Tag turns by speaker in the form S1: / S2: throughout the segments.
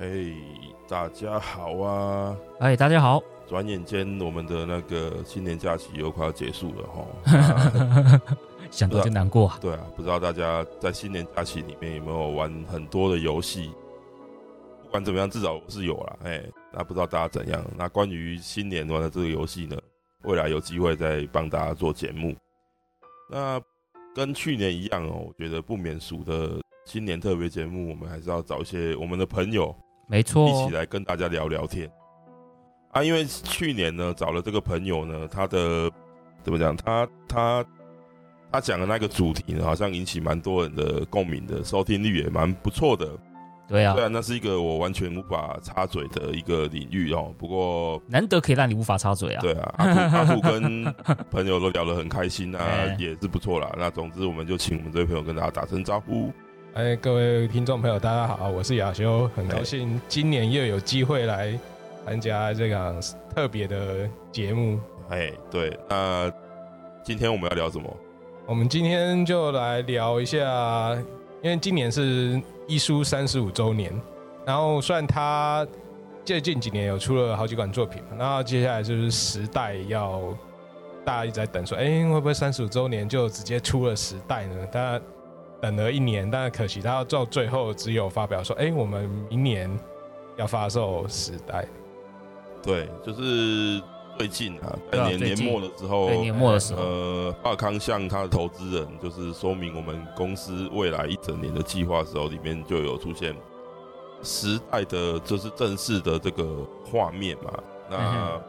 S1: 哎大家好啊！
S2: 哎，大家好，
S1: 转眼间我们的那个新年假期又快要结束了哈。
S2: 想到就难过啊。
S1: 对啊，不知道大家在新年假期里面有没有玩很多的游戏？不管怎么样，至少我是有啦。哎，那不知道大家怎样？那关于新年玩的这个游戏呢，未来有机会再帮大家做节目。那跟去年一样哦，我觉得不免俗的新年特别节目，我们还是要找一些我们的朋友
S2: 没错，
S1: 啊
S2: 哦
S1: 一起来跟大家聊聊天啊。因为去年呢，找了这个朋友呢，他的怎么讲？他他。他讲的那个主题呢，好像引起蛮多人的共鸣的，收听率也蛮不错的。
S2: 对啊，
S1: 虽然那是一个我完全无法插嘴的一个领域哦，不过
S2: 难得可以让你无法插嘴啊。
S1: 对啊，阿 兔跟朋友都聊得很开心啊，
S2: 哎
S1: 也是不错啦。那总之，我们就请我们这位朋友跟大家打声招呼。
S3: 哎，各位听众朋友，大家好，我是亚修，很高兴今年又有机会来参加这个特别的节目。
S1: 哎，对，那今天我们要聊什么？
S3: 我们今天就来聊一下，因为今年是一书三十五周年，然后虽然他最近几年有出了好几款作品嘛，那接下来就是时代要大家一直在等说，哎、欸，会不会三十五周年就直接出了时代呢？但等了一年，但可惜他到最后只有发表说，哎、欸，我们明年要发售时代。
S1: 对，就是。最近啊，在年年末的时候，
S2: 年末的时候，
S1: 呃，华康向他的投资人就是说明我们公司未来一整年的计划时候，里面就有出现时代的，就是正式的这个画面嘛。那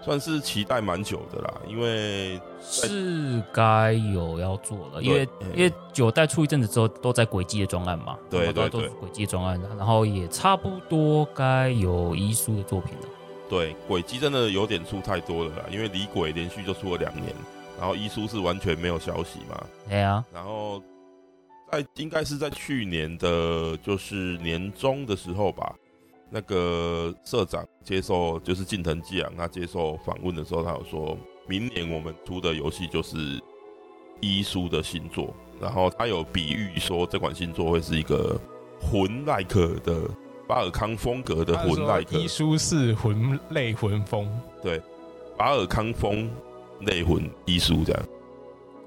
S1: 算是期待蛮久的啦，因为
S2: 是该有要做了，因为因为九代出一阵子之后，都在轨迹的专案嘛，
S1: 对对对，
S2: 轨迹专案，然后也差不多该有遗书的作品了。
S1: 对，轨迹真的有点出太多了啦，因为离轨连续就出了两年，然后一书是完全没有消息嘛。
S2: 对啊，
S1: 然后在应该是在去年的，就是年中的时候吧，那个社长接受就是近藤纪朗他接受访问的时候，他有说明年我们出的游戏就是一书的新作，然后他有比喻说这款新作会是一个魂耐克的。巴尔康风格的魂类，
S3: 伊书是魂类魂风，
S1: 对，巴尔康风类魂伊书这样，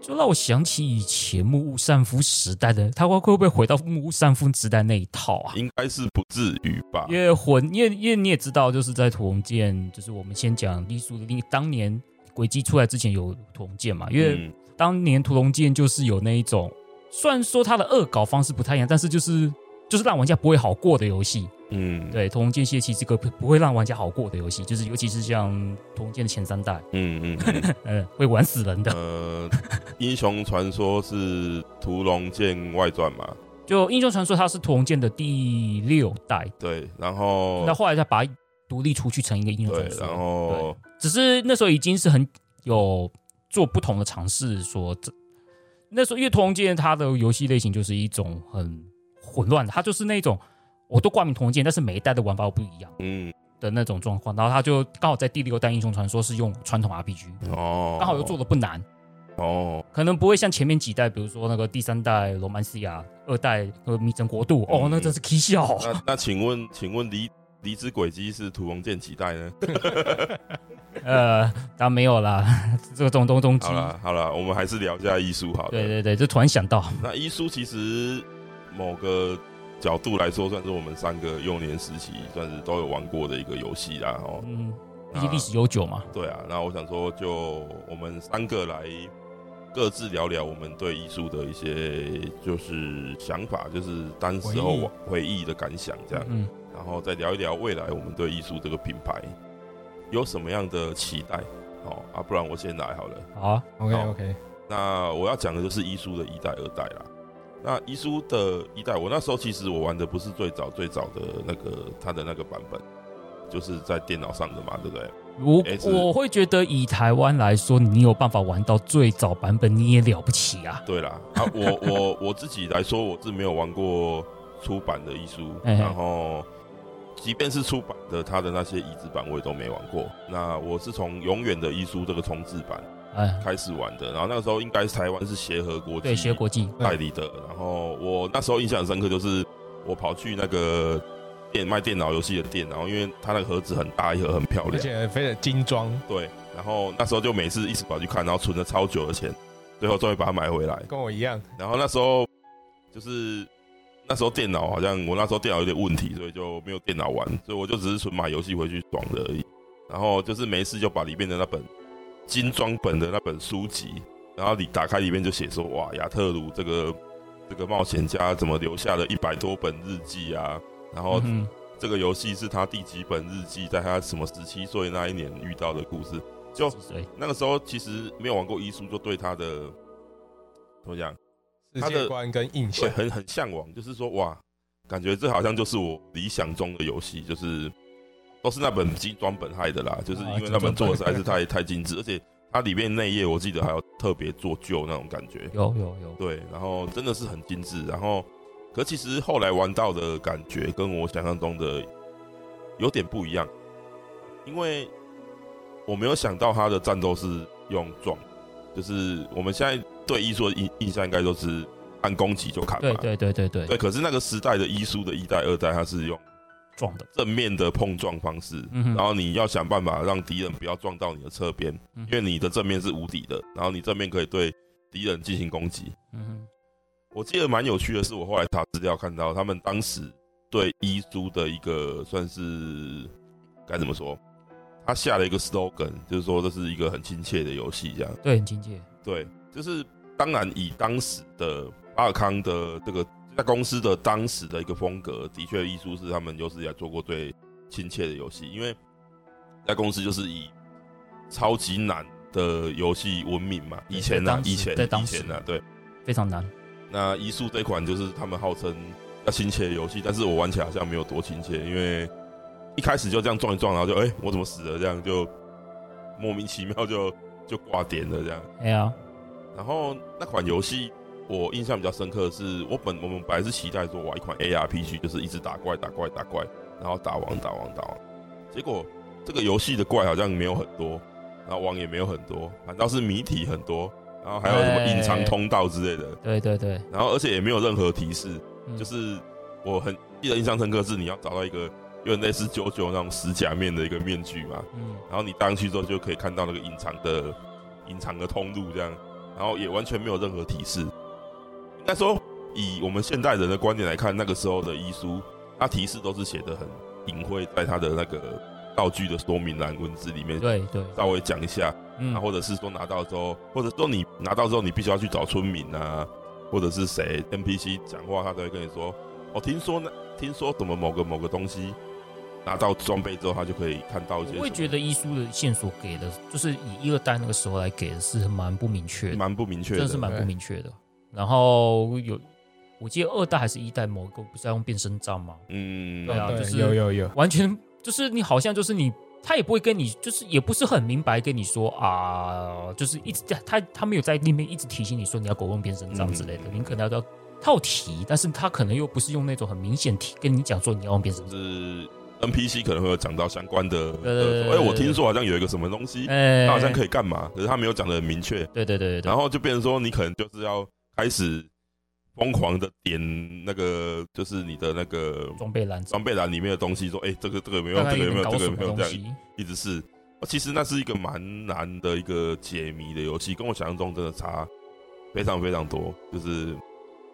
S2: 就让我想起以前木屋善夫时代的，他会会不会回到木屋善夫时代那一套啊？
S1: 应该是不至于吧，
S2: 因为魂，因为因为你也知道，就是在土龙剑，就是我们先讲伊书的另当年轨迹出来之前有土龙剑嘛，
S1: 嗯
S2: 因为当年屠龙剑就是有那一种，虽然说它的恶搞方式不太一样，但是就是。就是让玩家不会好过的游戏，
S1: 嗯，
S2: 对，《屠龙剑泄气》这个不会让玩家好过的游戏，就是尤其是像《屠龙剑》的前三代，
S1: 嗯嗯，嗯
S2: 呃，会玩死人的。
S1: 呃，英雄传说是《屠龙剑》外传嘛？
S2: 就《英雄传说》它是《屠龙剑》的第六代，
S1: 对，然后
S2: 那后来再把它独立出去成一个英雄传
S1: 说，哦然后
S2: 只是那时候已经是很有做不同的尝试，说这那时候因为《屠龙剑》它的游戏类型就是一种很。混乱的，它就是那种我都挂名同剑，但是每一代的玩法不一样，
S1: 嗯
S2: 的那种状况。然后他就刚好在第六代《英雄传说》是用传统 RPG，
S1: 哦，
S2: 刚好又做的不难，
S1: 哦，
S2: 可能不会像前面几代，比如说那个第三代《罗曼西亚》，二代呃《迷城国度》嗯，哦，那真是 K 笑。
S1: 那那请问，请问离离之轨迹是屠龙剑几代呢？
S2: 呃，当然没有啦， 这种东东。
S1: 好了好了，我们还是聊一下医书好了。
S2: 对对对，就突然想到，
S1: 那医书其实。某个角度来说，算是我们三个幼年时期算是都有玩过的一个游戏啦，哦，
S2: 嗯，毕竟历史悠久嘛。
S1: 对啊，那我想说，就我们三个来各自聊聊我们对艺术的一些就是想法，就是当时候回忆的感想这样，
S2: 嗯，
S1: 然后再聊一聊未来我们对艺术这个品牌有什么样的期待。哦啊，不然我先来好了。
S2: 好啊
S3: ，OK OK。
S1: 那我要讲的就是艺术的一代、二代啦。那遗书的一代，我那时候其实我玩的不是最早最早的那个它的那个版本，就是在电脑上的嘛，对不对？
S2: 我
S1: 哎
S2: 我会觉得以台湾来说，你有办法玩到最早版本，你也了不起啊！
S1: 对啦，啊，我我我自己来说，我是没有玩过出版的遗书，然后即便是出版的，它的那些移植版我也都没玩过。那我是从永远的遗书这个重置版。
S2: 哎，
S1: 开始玩的，然后那个时候应该台湾是协和国际
S2: 对协国际
S1: 代理的，然后我那时候印象很深刻，就是我跑去那个店卖电脑游戏的店，然后因为它那个盒子很大一盒，很漂
S3: 而
S1: 亮，
S3: 且非常精装，
S1: 对，然后那时候就每次一直跑去看，然后存了超久的钱，最后终于把它买回来。
S3: 跟我一样，
S1: 然后那时候就是那时候电脑好像我那时候电脑有点问题，所以就没有电脑玩，所以我就只是纯买游戏回去爽的而已。然后就是没事就把里面的那本精装本的那本书籍，然后你打开里面就写说哇，亚特鲁这个这个冒险家怎么留下了一百多本日记啊，然后
S2: 嗯
S1: 这个游戏是他第几本日记，在他什么十七岁那一年遇到的故事。就
S2: 哼，对，
S1: 那个时候其实没有玩过医书，就对他的怎么讲？
S3: 世
S1: 他的
S3: 界观跟印
S1: 会
S3: 象，
S1: 很很向往，就是说哇，感觉这好像就是我理想中的游戏，就是都是那本精装本害的啦，就是因为那本做的实在是太太精致，而且它里面内页我记得还有特别做旧那种感觉，
S2: 有有有，
S1: 对，然后真的是很精致，然后可其实后来玩到的感觉跟我想象中的有点不一样，因为我没有想到它的战斗是用撞，就是我们现在对医术的印印象应该都是按攻击就砍嘛，
S2: 对对对对对，
S1: 对，可是那个时代的医书的一代、二代，它是用
S2: 撞的，
S1: 正面的碰撞方式，
S2: 嗯哼
S1: 然后你要想办法让敌人不要撞到你的侧边，
S2: 嗯
S1: 因为你的正面是无敌的，然后你正面可以对敌人进行攻击。
S2: 嗯哼，
S1: 我记得蛮有趣的是，我后来查资料看到，他们当时对医书的一个算是该怎么说，他下了一个 slogan，就是说这是一个很亲切的游戏，这样。
S2: 对，很亲切，
S1: 对，就是当然以当时的巴尔康的这个在公司的当时的一个风格，的确艺术是他们有史以来做过最亲切的游戏，因为在公司就是以超级难的游戏闻名嘛。
S2: 对
S1: 以前呢、
S2: 在当时
S1: 以前
S2: 在
S1: 以
S2: 当时
S1: 前呢、啊，对，
S2: 非常难，
S1: 那医术这款就是他们号称要亲切的游戏，但是我玩起来好像没有多亲切，因为一开始就这样撞一撞，然后就哎、诶我怎么死了？这样就莫名其妙就就挂点了这样。
S2: 哎呀，
S1: 然后那款游戏我印象比较深刻的是，我本我们本来是期待说哇一款 ARPG 就是一直打怪打怪打怪，然后打王打王打王，结果这个游戏的怪好像没有很多，然后王也没有很多，反倒是谜题很多，然后还有什么隐藏通道之类的，
S2: 对对对，
S1: 然后而且也没有任何提示，
S2: 嗯
S1: 就是我很记得印象深刻是你要找到一个有点类似九九那种石甲面的一个面具嘛，
S2: 嗯，
S1: 然后你搭上去之后就可以看到那个隐藏的隐藏的通路，这样，然后也完全没有任何提示。应该说，以我们现代人的观点来看，那个时候的医书，它提示都是写的很隐晦，在它的那个道具的说明栏文字里面
S2: 对对，
S1: 稍微讲一下，
S2: 嗯
S1: 然啊后，或者是说拿到之后，或者说你拿到之后，你必须要去找村民啊，或者是谁 NPC 讲话，他都会跟你说，哦，听说呢，听说怎么某个某个东西。拿到装备之后，他就可以看到一些
S2: 我会
S1: 什么
S2: 觉得医书的线索给的，就是以一二代那个时候来给的是蛮不明确的，
S1: 蛮不明确
S2: 真
S1: 的，
S2: 的是蛮不明确的。然后有，我记得二代还是一代某个不是要用变身杖吗？
S1: 嗯，
S2: 对啊
S3: 对
S2: 就是
S3: 有有有，
S2: 完全就是你好像就是你，他也不会跟你，就是也不是很明白跟你说啊，就是一直在他他没有在那边一直提醒你说你要狗用变身杖之类的，
S1: 嗯
S2: 你可能要要套题，但是他可能又不是用那种很明显提跟你讲说你要用变身
S1: 就
S2: 杖，
S1: 是 NPC 可能会有讲到相关的，
S2: 啊对对对
S1: 呃
S2: 对
S1: 哎，
S2: 对
S1: 我听说好像有一个什么东西，
S2: 哎
S1: 它好像可以干嘛，可是他没有讲的很明确，
S2: 对对对对对
S1: 然，后就变成说你可能就是要开始疯狂的点那个，就是你的那个
S2: 装备篮子，
S1: 装备栏里面的东西，说哎，这个这个有没有，
S2: 大概
S1: 这个
S2: 也
S1: 有没
S2: 能
S1: 有，
S2: 搞
S1: 这个有
S2: 什么
S1: 没有，
S2: 东
S1: 这样
S2: 西？
S1: 一直是。哦其实那是一个蛮难的一个解谜的游戏，跟我想象中真的差非常非常多。就是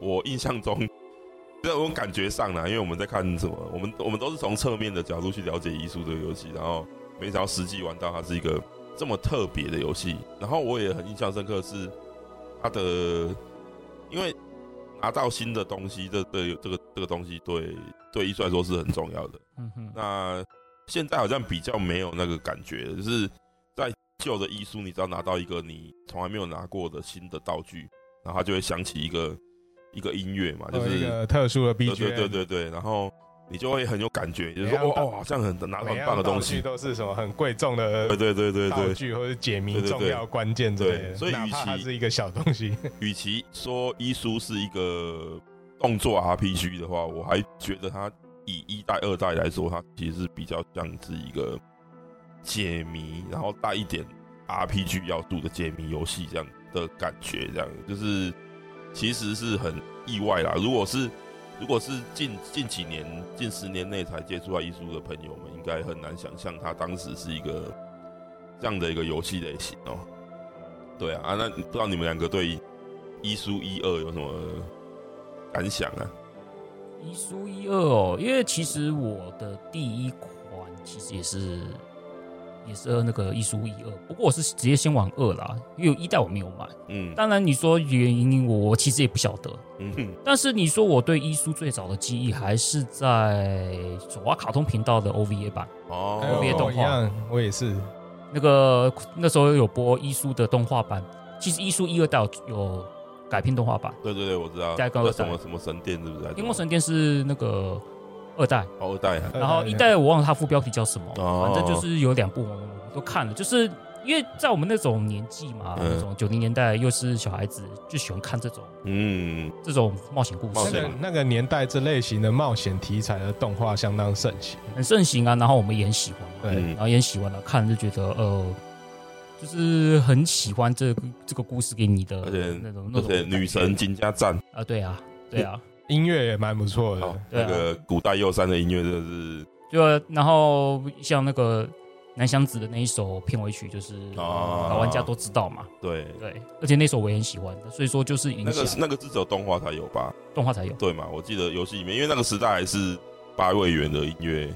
S1: 我印象中， 这种感觉上啦，因为我们在看什么，我们我们都是从侧面的角度去了解遗书这个游戏，然后没想到实际玩到它是一个这么特别的游戏。然后我也很印象深刻的是它的，因为拿到新的东西，这对这个这个东西对对艺术来说是很重要的。
S2: 嗯哼，
S1: 那现在好像比较没有那个感觉了，就是在旧的医书，你只要拿到一个你从来没有拿过的新的道具，然后它就会响起一个一个音乐嘛，就
S3: 哦有一
S1: 是
S3: 个特殊的 BGM，
S1: 对对对对对，然后你就会很有感觉，就是说
S3: 每样
S1: 哦
S3: 道
S1: 哦，好像很拿到
S3: 每
S1: 很
S3: 样
S1: 棒的
S3: 道
S1: 东
S3: 具
S1: 西，
S3: 都是什么很贵重的
S1: 对对对对
S3: 道
S1: 对。
S3: 具或者解
S1: 对
S3: 谜
S1: 对对
S3: 重要关键之类
S1: 对
S3: 的，
S1: 所以
S3: 哪
S1: 与
S3: 怕
S1: 其
S3: 它是一个小东西，
S1: 与其说医书是一个动作啊 RPG 的话，我还觉得它以一代、二代来说，它其实是比较像是一个解谜，然后带一点 RPG 要素的解谜游戏这样的感觉，这样就是其实是很意外啦。如果是如果是近近几年、近十年内才接触到艺术的朋友们，应该很难想象它当时是一个这样的一个游戏类型哦。对啊，啊，那不知道你们两个对一书一二有什么感想啊？
S2: 一书一二哦，因为其实我的第一款其实也是也是那个一书一二，不过我是直接先玩二啦，因为一代我没有买。
S1: 嗯
S2: 当然你说原因我我其实也不晓得，
S1: 嗯哼
S2: 但是你说我对一书最早的记忆还是在左蛙卡通频道的 OVA 版，
S1: 哦，
S3: 还有
S2: 别动
S3: 我一样，我也是。
S2: 那个那时候有播一书的动画版，其实一书一二代有有改编动画版，
S1: 对对对，我知道。
S2: 代购
S1: 叫
S2: 代
S1: 什么什么神殿是不是？
S2: 《荧光神殿》是那个二代。
S1: 哦二代啊，
S2: 然后一代我忘了它副标题叫什么，
S1: 哦
S2: 反正就是有两部我们都看了，就是因为在我们那种年纪嘛，
S1: 嗯
S2: 那种九零年代又是小孩子，就喜欢看这种
S1: 嗯，
S2: 这种冒险故
S1: 冒
S3: 那
S1: 险
S3: 个
S2: 事，
S3: 那个年代这类型的冒险题材的动画相当盛行。
S2: 很盛行啊。然后我们也很喜欢嘛，
S3: 对
S1: 嗯
S2: 然后也很喜欢了、看就觉得呃，就是很喜欢这个这个故事给你的
S1: 而且
S2: 那种那
S1: 而
S2: 种
S1: 且女神嗯金家站，
S2: 啊，对啊，对啊，
S3: 音乐也蛮不错
S1: 哦
S3: 的，
S1: 那
S2: 对啊
S1: 个古代右山的音乐真的是
S2: 就然后像那个南湘子的那一首片尾曲，就是
S1: 哦
S2: 嗯老玩家都知道嘛，
S1: 对，
S2: 对，而且那首我也很喜欢，所以说就是影
S1: 那个是
S2: 响
S1: 那个是只有动画才有吧？
S2: 动画才有。
S1: 对嘛？我记得游戏里面，因为那个时代还是八位元的音乐，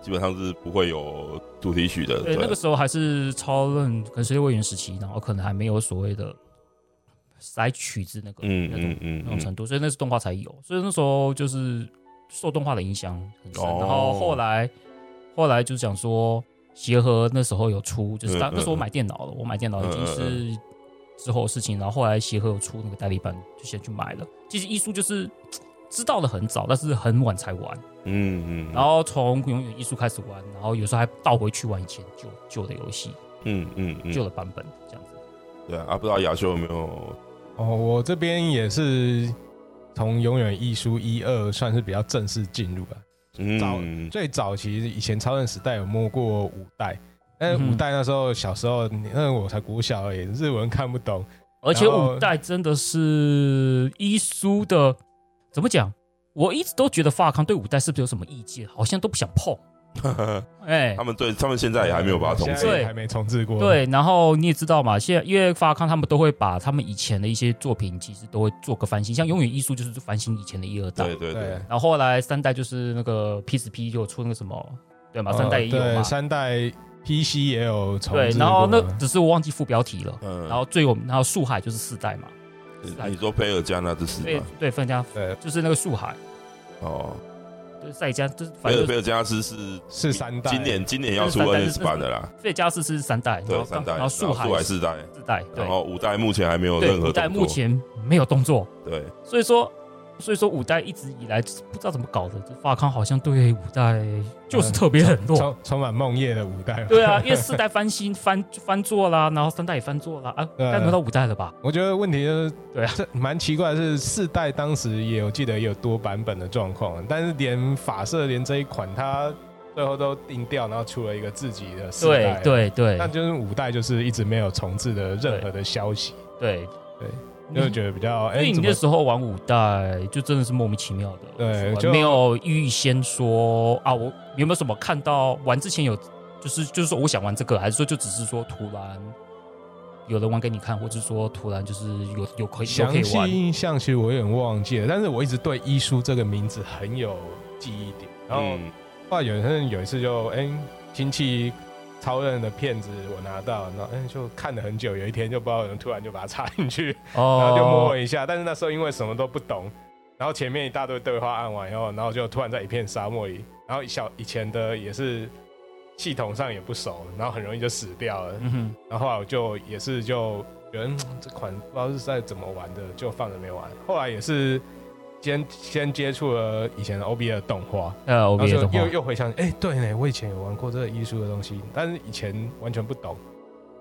S1: 基本上是不会有主题曲的。
S2: 对，那个时候还是超任，可能是六位元时期，然后可能还没有所谓的塞曲子那个
S1: 嗯
S2: 那种
S1: 嗯嗯
S2: 那种
S1: 嗯，
S2: 程度，所以那是动画才有，所以那时候就是受动画的影响很深。
S1: 哦
S2: 然后后来后来就想说，协和那时候有出，就是
S1: 嗯
S2: 当
S1: 嗯
S2: 那时候我买电脑了，我买电脑已经
S1: 嗯
S2: 是之后的事情。然后后来协和有出那个代理版，就先去买了。其实艺术就是嘖知道的很早，但是很晚才玩。
S1: 嗯嗯，
S2: 然后从永远艺术开始玩，然后有时候还倒回去玩以前旧旧的游戏、
S1: 嗯嗯嗯，
S2: 旧的版本这样子。
S1: 对啊，啊不知道亚修有没有？
S3: 哦，我这边也是从《永远一书》一二算是比较正式进入吧。早
S1: 嗯，
S3: 最早其实以前超人时代有摸过五代，但是
S2: 嗯
S3: 五代那时候小时候，那我才国小而已，日文看不懂。
S2: 而且
S3: 然后
S2: 五代真的是一书的，怎么讲？我一直都觉得发康对五代是不是有什么意见，好像都不想 碰。哎、
S1: 他们对他们现在也还没有把它重
S3: 现
S1: 置
S3: 在
S2: 对
S3: 也还没重置过。，
S2: 对，然后你也知道嘛，现在因为发康他们都会把他们以前的一些作品，其实都会做个翻新，像《永远艺术》就是翻新以前的一二代，
S1: 对对对
S3: 对，
S2: 然后后来三代就是那个 PSP 就有出那个什么，对嘛，三代也有
S3: 哦对
S2: 嘛，
S3: 呃三代 PC 也有重
S2: 对，
S3: 置
S2: 然后那
S3: 过
S2: 只是我忘记副标题了，
S1: 嗯，
S2: 然后最有名，然后树海就是四代嘛，
S1: 你说佩尔加纳之死
S2: 对
S1: 嘛？
S2: 对，范家
S3: 嗯对
S2: 就是那个树海，
S1: 哦，
S2: 就是赛加，就是反
S1: 菲
S2: 正
S1: 尔
S2: 就是
S1: 菲尔加斯是
S3: 是三代，
S1: 今年今年要出 NS 版的啦，
S2: 费加斯是三代，然
S1: 对
S2: 后
S1: 三代，
S2: 然后树海
S1: 四代，
S2: 四代，对
S1: 然后五代目前还没有
S2: 对，
S1: 任
S2: 五
S1: 何
S2: 代
S1: 动
S2: 目
S1: 作，
S2: 前没有动作，
S1: 对，
S2: 所以说所以说五代一直以来不知道怎么搞的，这发康好像对五代就是特别冷落。
S3: 充充满梦夜的五代。
S2: 对啊，因为四代翻新翻翻做啦，然后三代也翻做啦，啊，
S3: 对
S2: 该轮到五代了吧？
S3: 我觉得问题就是，
S2: 对啊
S3: 这蛮奇怪的是，四代当时也有记得也有多版本的状况，但是连法社连这一款它最后都定掉，然后出了一个自己的四代
S2: 对，对
S3: 那
S2: 对
S3: 就是五代就是一直没有重置的任何的消息，
S2: 对
S3: 就觉得比
S2: 所
S3: 较哎，
S2: 以你
S3: 怎
S2: 那
S3: 么
S2: 时候玩五代，就真的是莫名其妙的，
S3: 对
S2: 说
S3: 就
S2: 没有预先说啊，我有没有什么看到玩之前有，就是就是说我想玩这个，还是说就只是说突然有人玩给你看，或者说突然就是有有可以有可
S3: 详
S2: 以
S3: 细
S2: 玩，
S3: 印象其实我有点忘记了，但是我一直对医书这个名字很有记忆点，然后
S1: 嗯
S3: 后来有人有一次就哎亲戚超人的片子我拿到，然后哎就看了很久，有一天就不知道有人突然就把它插进去，
S2: 哦
S3: 然后就摸了一下，但是那时候因为什么都不懂，然后前面一大堆对话啊按完以后，然后就突然在一片沙漠里，然后小以前的也是系统上也不熟，然后很容易就死掉了，
S2: 嗯哼，
S3: 然后后来我就也是就觉得嗯这款不知道是在怎么玩的，就放着没玩。后来也是先先接触了以前的 OB 的动画，
S2: 呃
S3: 然后
S2: ，OBA
S3: 就
S2: 的话
S3: 又，又回想，哎、对呢，我以前有玩过这个艺术的东西，但是以前完全不懂。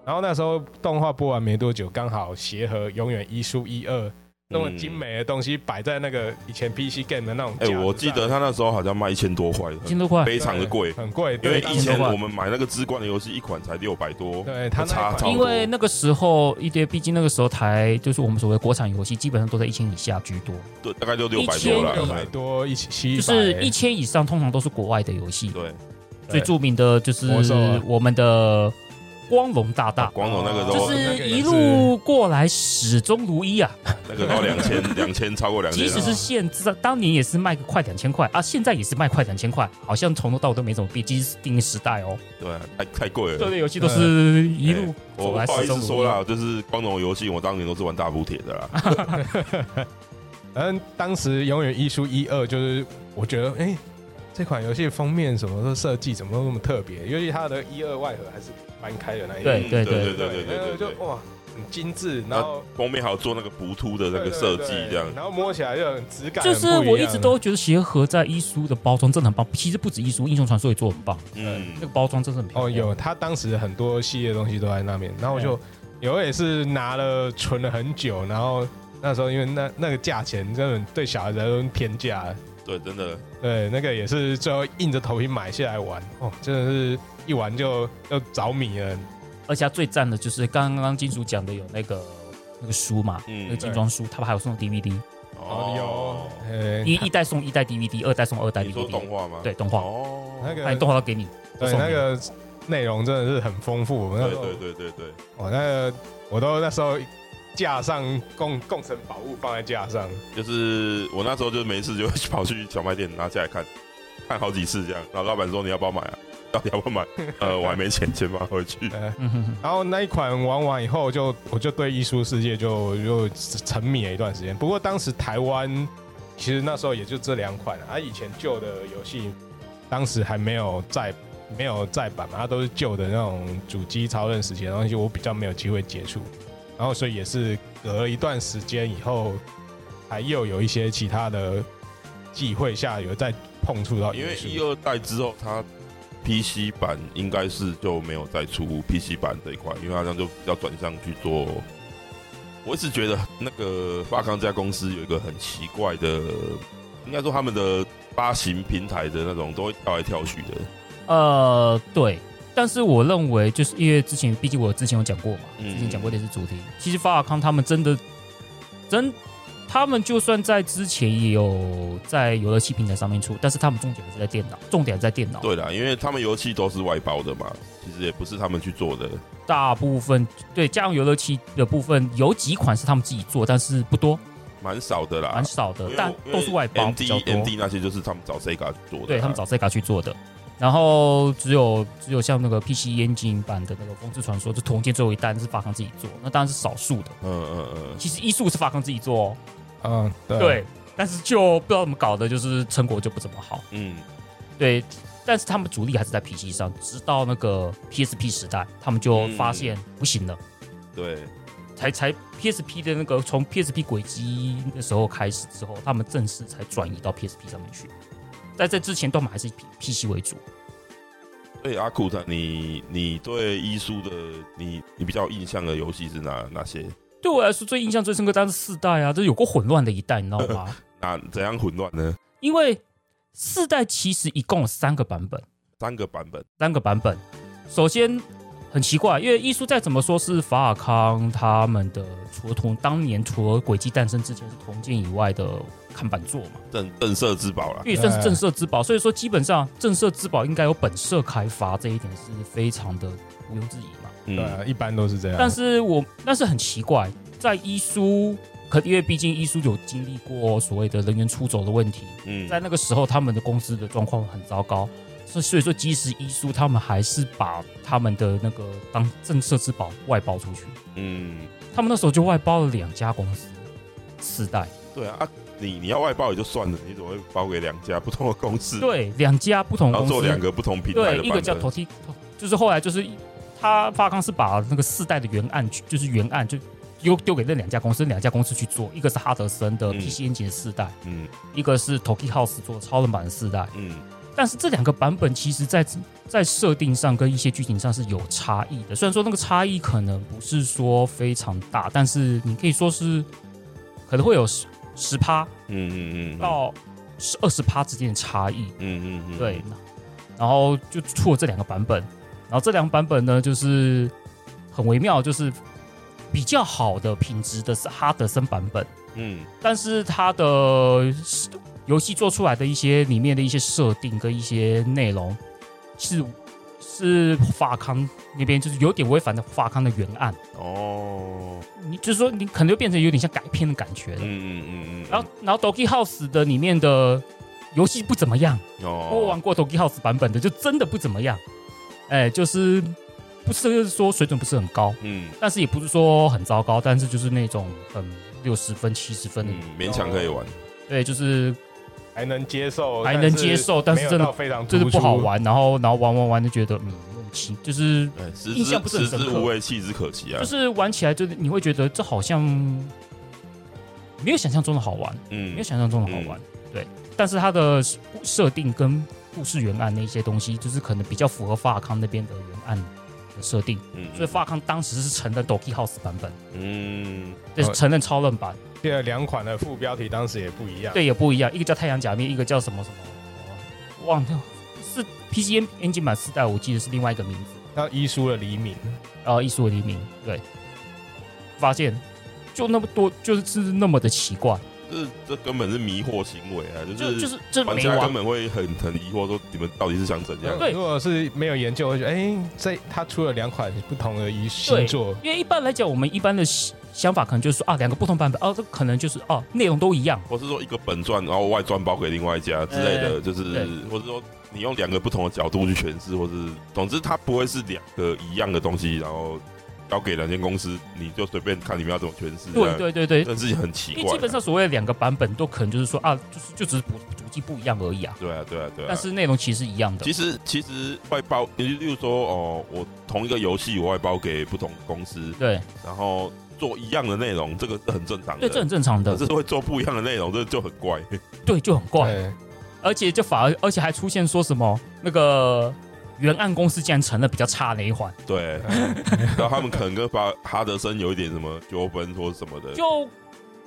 S3: 然后那时候动画播完没多久，刚好协和永远一书一二那么精美的东西摆在那个以前 PC game 的那种
S1: 嗯哎、
S3: 架子上。
S1: 我记得他那时候好像卖一千多块，
S2: 一千多块，
S1: 非常的贵
S3: 对。很贵，
S1: 因为
S3: 对
S1: 以前我们买那个之冠的游戏，一款才六百多，
S3: 对他那一
S1: 差
S3: 款
S1: 差
S2: 因为那个时候一堆，毕竟那个时候台就是我们所谓国产游戏，基本上都在一千以下居多，
S1: 对，大概就六百多
S3: 六百
S1: 了。
S3: 多一七
S2: 就是一千以上通常都是国外的游戏。
S1: 对，
S2: 最著名的就是
S3: 魔兽啊
S2: 我们的光荣大大，
S1: 光头那个
S3: 哦
S1: 都
S2: 啊就是一路过来始终如一啊。
S1: 那个到两 千两千超过两千啊
S2: 即
S1: 了，
S2: 使是现在，当年也是卖个快两千块啊，现在也是卖快两千块，好像从头到尾都没怎么变，即使是定时代哦。
S1: 对啊，太太贵
S2: 这
S1: 了。
S2: 类游戏都是一路
S1: 我
S2: 走
S1: 不
S2: 来
S1: 好
S2: 始
S1: 意
S2: 终
S1: 思
S2: 如
S1: 说
S2: 一。
S1: 啦，就是光荣游戏，我当年都是玩大补铁的啦。
S3: 反正当时永远一输一二，就是我觉得哎、这款游戏封面什么的设计怎么都那么特别，尤其它的一二外盒还是蛮开的那 一
S2: 对
S3: 种
S1: 对
S2: 对
S1: 嗯对
S2: 对
S1: 对对
S3: 那
S1: 对
S3: 个
S1: 对
S3: 哎就，哇哦很精致，
S1: 那
S3: 然后
S1: 封面还有做那个浮凸的那个设计，
S3: 对对对
S1: 这样
S3: 然后摸起来就很质感很
S2: 就
S3: 不
S2: 是
S3: 样，
S2: 我一直都觉得协和在一书的包装真的很棒，其实不止一书，英雄传说也做得很棒，
S1: 嗯
S2: 那，个包装真的很漂
S3: 哦
S2: 亮。
S3: 有，他当时很多系列的东西都在那边，然后我
S2: 嗯
S3: 就有也是拿了存了很久，然后那时候因为那那个价钱真的对小孩子来说偏价了。
S1: 对，真的
S3: 对，那个也是最后硬着头皮买下来玩，哦，真的是一玩就就着迷了。
S2: 而且它最赞的就是刚刚金主讲的有那个那个书嘛，
S1: 嗯
S2: 那个精装书，他们还有送 DVD，
S3: 哦，有，呃
S2: 一一代送一代 DVD，二代送二代
S1: 你说动
S2: DVD，
S1: 画吗？
S2: 对动画，
S1: 哦，
S3: 那
S2: 哎，
S3: 个
S2: 动画都给你，都
S3: 对
S2: 送
S3: 那
S2: 你
S3: 个内容真的是很丰富，我那
S1: 对
S3: 时候
S1: 对对对对，
S3: 哦我那个我都那时候架上供供成宝物放在架上，
S1: 就是我那时候就没事就会 跑去小卖店拿下来看，看好几次这样。然后老板说你要不要买啊？ 到底要 不要买？呃，我还没钱，先放回去。
S3: 呃，
S2: 嗯哼哼，
S3: 然后那一款玩完以后就我就对艺术世界就就沉迷了一段时间。不过当时台湾其实那时候也就这两款啊，啊以前旧的游戏当时还没有再没有再版嘛，它都是旧的那种主机超任时期的东西，我比较没有机会接触。然后所以也是隔了一段时间以后，还又有一些其他的机会下有再碰触
S2: 啊
S3: 到
S1: 因为
S3: 艺术
S1: 一二代之后，它 PC 版应该是就没有再出 PC 版这一块，因为它这样就比较转向去做。我一直觉得那个发康这家公司有一个很奇怪的，应该说他们的发行平台的那种都会跳来跳去的。
S2: 呃，对。但是我认为，就是因为之前，毕竟我之前有讲过嘛，
S1: 嗯
S2: 之前讲过类似主题。其实法尔康他们真的，真，他们就算在之前也有在游乐器平台上面出，但是他们重点还是在电脑，重点还是在电脑。
S1: 对啦，因为他们游戏都是外包的嘛，其实也不是他们去做的。
S2: 大部分对家用游乐器的部分有几款是他们自己做，但是不多，
S1: 蛮少的啦，
S2: 蛮少的
S1: 因为，
S2: 但
S1: 因为
S2: 都是外包
S1: 啊 M
S2: 比
S1: D
S2: 较多。
S1: M D 那些就是他们找 Sega 去做的啦，啊
S2: 对他们找 Sega 去做的。然后只有只有像那个 PC 烟景版的那个《风之传说》，就同间最后一弹是法康自己做，那当然是少数的。
S1: 嗯嗯嗯，
S2: 其实一术是法康自己做哦，
S3: 嗯对
S2: 对，但是就不知道怎么搞的，就是成果就不怎么好。
S1: 嗯
S2: 对，但是他们主力还是在 PC 上，直到那个 PSP 时代，他们就发现不行了，
S1: 对，
S2: 才才 PSP 的那个从 PSP 轨迹的时候开始之后，他们正式才转移到 PSP 上面去。在这之前，都还是以 P PC 为主。
S1: 所以哎阿库特，你你对医书的你你比较有印象的游戏是哪哪些？
S2: 对我来说最印象最深刻当然是四代啊，这有过混乱的一代，你知道吗？
S1: 哪怎样混乱呢？
S2: 因为四代其实一共有三个版本，
S1: 三个版本，
S2: 三个版本。首先很奇怪，因为艺术再怎么说是法尔康他们的，除了同当年除了轨迹诞生之前是同剑以外的看板作嘛，
S1: 震震慑之宝啦
S2: 因，为算是震慑之宝，所以说基本上震慑之宝应该由本社开发，这一点是非常的毋庸置疑嘛。
S3: 对
S1: 嗯，
S3: 啊，一般都是这样。
S2: 但是我但是很奇怪，在医书，可因为毕竟医书有经历过所谓的人员出走的问题，
S1: 嗯
S2: 在那个时候他们的公司的状况很糟糕，所以所以说即使医书他们还是把他们的那个当政策之宝外包出去，
S1: 嗯，
S2: 他们那时候就外包了两家公司，四代
S1: 对啊，啊你你要外包也就算了，你怎么会包给两家不同的公司？，
S2: 对两家不同
S1: 然后
S2: 公司
S1: 做两个不同平台
S2: 对
S1: 的
S2: 一个
S1: 版
S2: 叫
S1: 本
S2: t，o 就是后来就是他发康是把那个四代的原案去，就是原案就丢丢给那两家公司，两家公司去做，一个是哈德森的
S1: 嗯
S2: PC 引擎四代，
S1: 嗯
S2: 一个是 Toki House 做的超人版的四代。
S1: 嗯
S2: 但是这两个版本其实在在设定上跟一些剧情上是有差异的，虽然说那个差异可能不是说非常大，但是你可以说是可能会有十十趴
S1: 嗯嗯嗯，
S2: 到十二十趴之间的差异。
S1: 嗯嗯嗯，
S2: 对，然后就出了这两个版本，然后这两个版本呢，就是很微妙，就是比较好的品质的是哈德森版本，
S1: 嗯
S2: 但是它的游戏做出来的一些里面的一些设定跟一些内容是是法康那边就是有点违反的法康的原案，
S1: 哦，
S2: 你就是说你可能就变成有点像改编的感觉了。
S1: 嗯嗯嗯嗯，
S2: 然后然后 Doki House 的里面的游戏不怎么样。
S1: 哦，
S2: 我玩过 Doki House 版本的，就真的不怎么样。哎、就是不是说水准不是很高，
S1: 嗯
S2: 但是也不是说很糟糕，但是就是那种很六十分、七十分的，
S1: 嗯，勉强可以玩，
S2: 对，就是
S3: 还能接受，
S2: 还能接受但是
S3: 没有
S2: 真的
S3: 到非常
S2: 就是
S3: 突
S2: 不
S3: 出
S2: 好。玩，然后然后玩玩玩就觉得嗯，奇就是
S1: 哎，食
S2: 印象不
S1: 之
S2: 是很
S1: 食
S2: 深
S1: 之
S2: 刻
S1: 无味，弃之可惜啊
S2: 就，是玩起来就是你会觉得这好像没有想象中的好玩，没
S1: 嗯
S2: 有想象中的好玩，对。但是它的设定跟故事原案那些东西，就是可能比较符合法康那边的原案的设定。
S1: 嗯，
S2: 所以发康当时是承认 Doki House 版本，
S1: 嗯
S2: 对，
S3: 哦
S2: 承认超任版，
S3: 这两款的副标题当时也不一样。
S2: 对，也不一样，一个叫太阳假面，一个叫什么什么，忘掉是 PC N g 版四代，我记得是另外一个名字，
S3: 那一书的黎明，
S2: 然后艺术的黎明，对，发现就那么多，就是是那么的奇怪，
S1: 这这根本是迷惑行为啊，
S2: 就就是是这
S1: 玩
S2: 没
S1: 家
S2: 玩
S1: 根，本会很很疑惑，说你们到底是想怎样？
S2: 对
S3: 如果是没有研究，会觉得哎，这他出了两款不同的一
S2: 对
S3: 星座，
S2: 因为一般来讲，我们一般的想想法可能就是说啊，两个不同版本，哦、这可能就是哦，内容都一样，
S1: 或是说一个本传，然后外传包给另外一家之类的，就是
S2: 对
S1: 或者说你用两个不同的角度去诠释，或是总之它不会是两个一样的东西，然后交给两间公司，你就随便看你们要怎么诠释。这
S2: 对
S1: 样，
S2: 对对对，
S1: 但是很奇
S2: 因为
S1: 怪啊、
S2: 基本上所谓的两个版本都可能就是说啊，就是就只是补主机不一样而已啊，
S1: 对啊，对啊，对啊。
S2: 但是内容其实一样的
S1: 其。实其实外包，例如说哦，我同一个游戏我外包给不同公司，
S2: 对
S1: 然后做一样的内容，这个是很正常的。
S2: 对，这很正常的
S1: 可，是会做不一样的内容，这就很 怪。
S2: 对，就很怪，
S3: 对，
S2: 而且就反而，而且还出现说什么那个原案公司竟然成了比较差的一环，
S1: 对，
S3: 呃
S1: 然后他们可能跟巴哈德森有一点什么纠纷或什么的。
S2: 就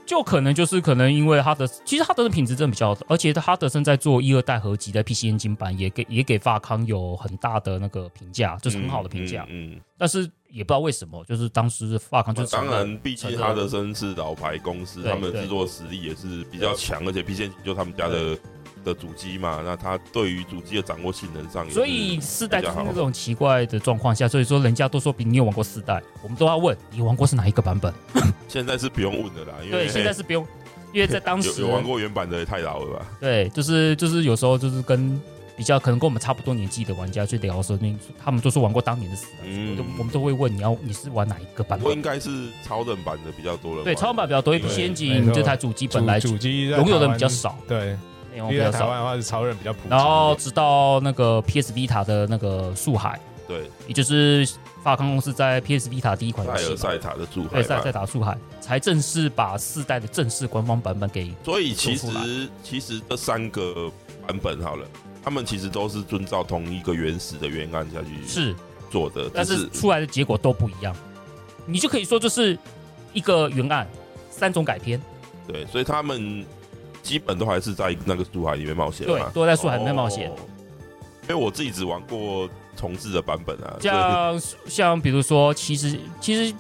S2: 就可能就是可能因为哈德，其实哈德森品质真的比较好，呃而且哈德森在做一二代合集在 PC 眼镜版也给也给发康有很大的那个评价，就是很好的评价，
S1: 嗯，嗯
S2: 但是也不知道为什么，就是当时发康就
S1: 嗯
S2: 是
S1: 当
S2: 承认
S1: 然，毕竟哈德森是老牌公司，
S2: 对
S1: 他们的
S2: 对
S1: 制作实力也是比较强，而且 P C 就他们家的的主机嘛，那他对于主机的掌握性能上也是，
S2: 所以四代
S1: 比
S2: 就
S1: 较
S2: 是
S1: 好
S2: 那种奇怪的状况下，所以说人家都说比你有玩过四代，我们都要问你玩过是哪一个版本？
S1: 现在是不用问的啦，因为
S2: 对，现在是不用，因为在当时
S1: 有有玩过原版的也太老了吧？
S2: 对，就是就是有时候就是跟比较可能跟我们差不多年纪的玩家去聊的时候，你他们都是玩过当年的死亡，
S1: 嗯
S2: 都我们都会问你要你是玩哪一个版
S1: 不过应
S2: 本？
S1: 该是超人版的比较多了吧，
S2: 对，超版比较多，因
S1: 对
S2: 为先
S3: 没
S2: 进
S3: 错
S2: 这台主机
S3: 主
S2: 本来
S3: 主机在
S2: 拥有的
S3: 台
S2: 人
S3: 湾
S2: 比较，少，
S3: 对，
S2: 内容比
S3: 因为
S2: 较
S3: 台
S2: 少。
S3: 湾的话是超人比较普及一点，
S2: 然后直到那个 PS Vita 的那个树海，
S1: 对，
S2: 也就是法康公司在 PS Vita 第一款
S1: 塞
S2: 游戏
S1: 尔
S2: 嘛，
S1: 赛塔的祝
S2: 对
S1: 海
S2: 塞
S1: 吧
S2: 尔赛。塔树海，才正式把四代的正式官方版本给
S1: 所以其
S2: 做出
S1: 实其实这三个版本好了，他们其实都是遵照同一个原始的原案下去
S2: 是
S1: 做的，
S2: 但
S1: 只
S2: 是出来的结果都不一样。你就可以说这是一个原案，三种改编，
S1: 对，所以他们基本都还是在那个书海里面冒险嘛，
S2: 对都在书海里面冒险
S1: 啊哦因为我自己只玩过重置的版本啊，对
S2: 像像比如说，其实其实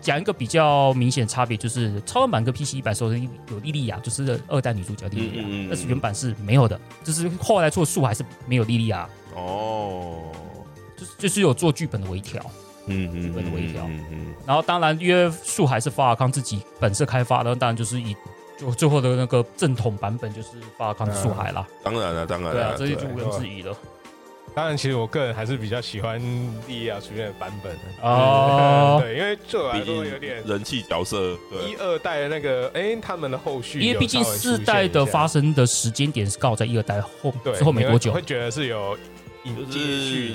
S2: 讲一个比较明显的差别，就是超人版跟 PC 版首先有莉莉亚，就是二代女主角莉莉亚，
S1: 嗯嗯嗯嗯
S2: 但是原版是没有的，就是后来做树还是没有莉莉亚，
S1: 哦，
S2: 就是就是有做剧本的微调。
S1: 嗯
S2: 基本的微调
S1: 嗯嗯
S2: 然后当然，因为树还是法尔康自己本色开发的，当然就是以就最后的那个正统版本就是法尔康的
S1: 嗯
S2: 树海啦。
S1: 当然了、当然
S2: 对
S1: 了、
S2: 啊，这
S1: 哎对
S2: 就毋庸置疑了。
S3: 当然，其实我个人还是比较喜欢莉莉亚出现的版本的
S2: 哦
S3: 对，因为对我来
S1: 毕
S3: 说
S1: 竟
S3: 有点
S1: 人气角色，
S3: 一
S1: 对，
S3: 二代的那个，哎，他们的后续有
S2: 因为毕竟
S3: 稍微出现
S2: 四
S3: 一下
S2: 代的发生的时间点是刚好在一二代后
S3: 对
S2: 之后没多久
S3: 你会，觉得是有引
S1: 就
S3: 接
S1: 是
S3: 续，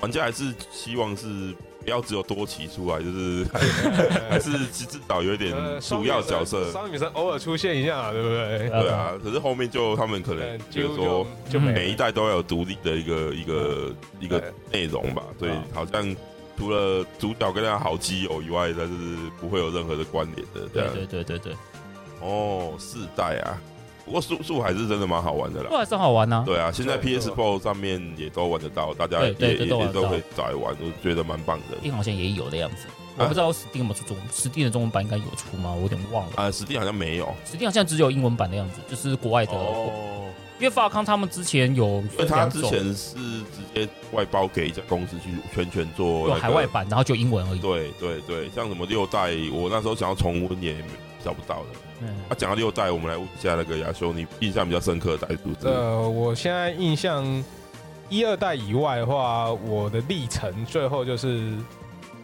S1: 玩家还是希望是不要只有多奇出来，就是还
S3: 还
S1: 是至少有一点主要角色，
S3: 呃双女生偶尔出现一下，对不对？
S1: 对啊。可是后面就他们可能
S3: 嗯
S1: 觉
S3: 就
S1: 得说，
S3: 就就
S2: 嗯
S3: 没
S1: 每一代都要有独立的一个一个一个内容吧，所以
S3: 嗯
S1: 好像除了主角跟他好基友以外，但是不会有任何的关联的这
S2: 对
S1: 样。
S2: 对对对对。
S1: 哦，四代啊。不过树树海是真的蛮好玩的
S2: 后
S1: 啦。
S2: 来真好玩呐、
S1: 对啊，现在
S3: 对对
S1: PS4 上面也都玩得到，大家
S4: 对
S1: 也
S4: 对
S1: 也
S4: 都玩
S1: 也
S4: 得
S1: 都
S4: 到
S1: 可以找来玩，我觉得蛮棒的。
S4: ，Steam 好像也有的样子。我不知道 Steam 有没有出中，Steam 的中文版应该有出吗？我有点忘了。
S1: 啊，实际好像没有
S4: Steam 好像只有英文版的样子，就是国外的。
S1: 哦，
S4: 因为发康他们之前有
S1: 因为
S4: 分
S1: 他
S4: 两
S1: 之
S4: 种，
S1: 前是直接外包给一家公司去全权
S4: 有
S1: 做那
S4: 海
S1: 个
S4: 外版，然后就英文而已。
S1: 对对对，像什么六代，我那时候想要重温也找不到的。
S4: 嗯，
S1: 啊，讲到六代，我们来问一下那个亚修，你印象比较深刻的代数字？
S3: 呃，我现在印象一二代以外的话，我的历程最后就是，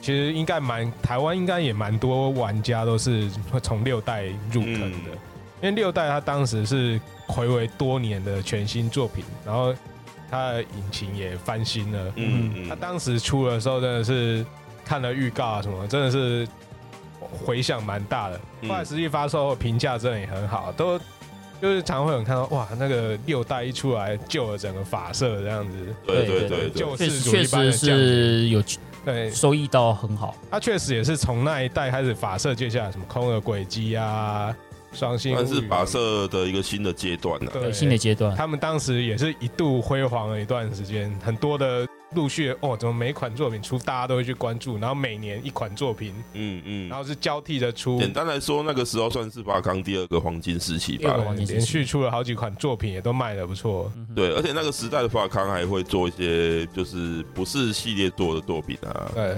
S3: 其实应该蛮台湾应该也蛮多玩家都是会从六代入坑的，
S1: 嗯
S3: 因为六代它当时是暌违多年的全新作品，然后它的引擎也翻新了。
S1: 嗯
S3: 它
S1: 嗯，
S3: 当时出的时候真的是看了预告啊什么，真的是回响蛮大的。
S1: 嗯
S3: 后来实际发售后评价真的也很好，都就是常会有人看到哇，那个六代一出来救了整个法社这样子，
S4: 对
S1: 对对对
S4: 对
S1: 对
S3: 救，
S4: 确
S3: 世
S4: 实
S3: 主
S4: 确
S3: 一般的
S4: 实
S3: 这样子。
S4: 是有
S3: 对，
S4: 收益到很好。
S3: 他确实也是从那一代开始，法社接下来什么空耳轨迹啊、双星物语，
S1: 算是跋涉的一个新的阶段了。
S4: 对，新的阶
S1: 啊
S4: 段，
S3: 他们当时也是一度辉煌了一段时间，很多的陆续哦，怎么每一款作品出，大家都会去关注，然后每年一款作品，
S1: 嗯
S3: 然
S1: 嗯，
S3: 后是交替着出，
S1: 简单来说，那个时候算是巴康第二个黄金时期
S4: 第二
S1: 吧
S4: 个。
S3: 对连续出了好几款作品，也都卖的不错。
S4: 嗯
S1: 对，而且那个时代的法康还会做一些就是不是系列做的作品啊。
S3: 对，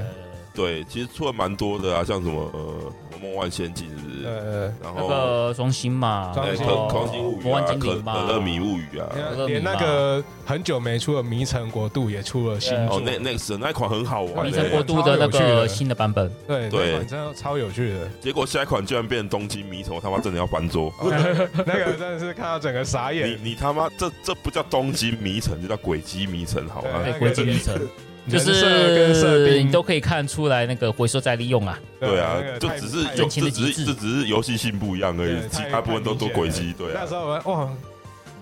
S1: 对，其实出了蛮多的啊，像什么呃《梦幻仙境》是不是？
S3: 呃，
S1: 然
S4: 那
S1: 后
S4: 个双星嘛，
S3: 双
S1: 哦对
S3: 星
S1: 《
S4: 然
S1: 狂
S4: 后
S1: 狂心物
S4: 魔》
S1: 语
S4: 幻
S1: 啊，
S4: 精
S1: 可
S4: 灵嘛，
S1: 可乐米物语啊。
S4: 呃
S3: 连那个很久没出的《迷城国度》也出了新
S1: 哦
S3: 作，，
S1: 那那个那一款很好玩
S3: 哦
S4: 迷
S1: 欸，
S4: 城国度的那个新的版本，
S3: 对
S1: 对
S3: 那款真的超有趣的，
S1: 结果下一款居然变成东京迷城，我他妈真的要翻桌！
S3: 哦那个真的是看到整个傻
S1: 你
S3: 眼。
S1: 你他妈这这不叫东京迷城，这叫鬼机迷城好吗
S3: 哦对？
S4: 对，国际迷城，就
S3: 人设跟设
S4: 是
S3: 定
S4: 你都可以看出来那个回收再利用啊，
S1: 对啊
S3: 那个，
S1: 就
S3: 太
S1: 只是
S3: 太
S1: 游
S4: 人情的
S1: 这只
S4: 极致
S1: 是这只是游戏性不一样而已，
S3: 对
S1: 其
S3: 太
S1: 他部分都都
S3: 太
S1: 鬼
S3: 明显
S1: 机，对啊
S3: 那时，候我们哇，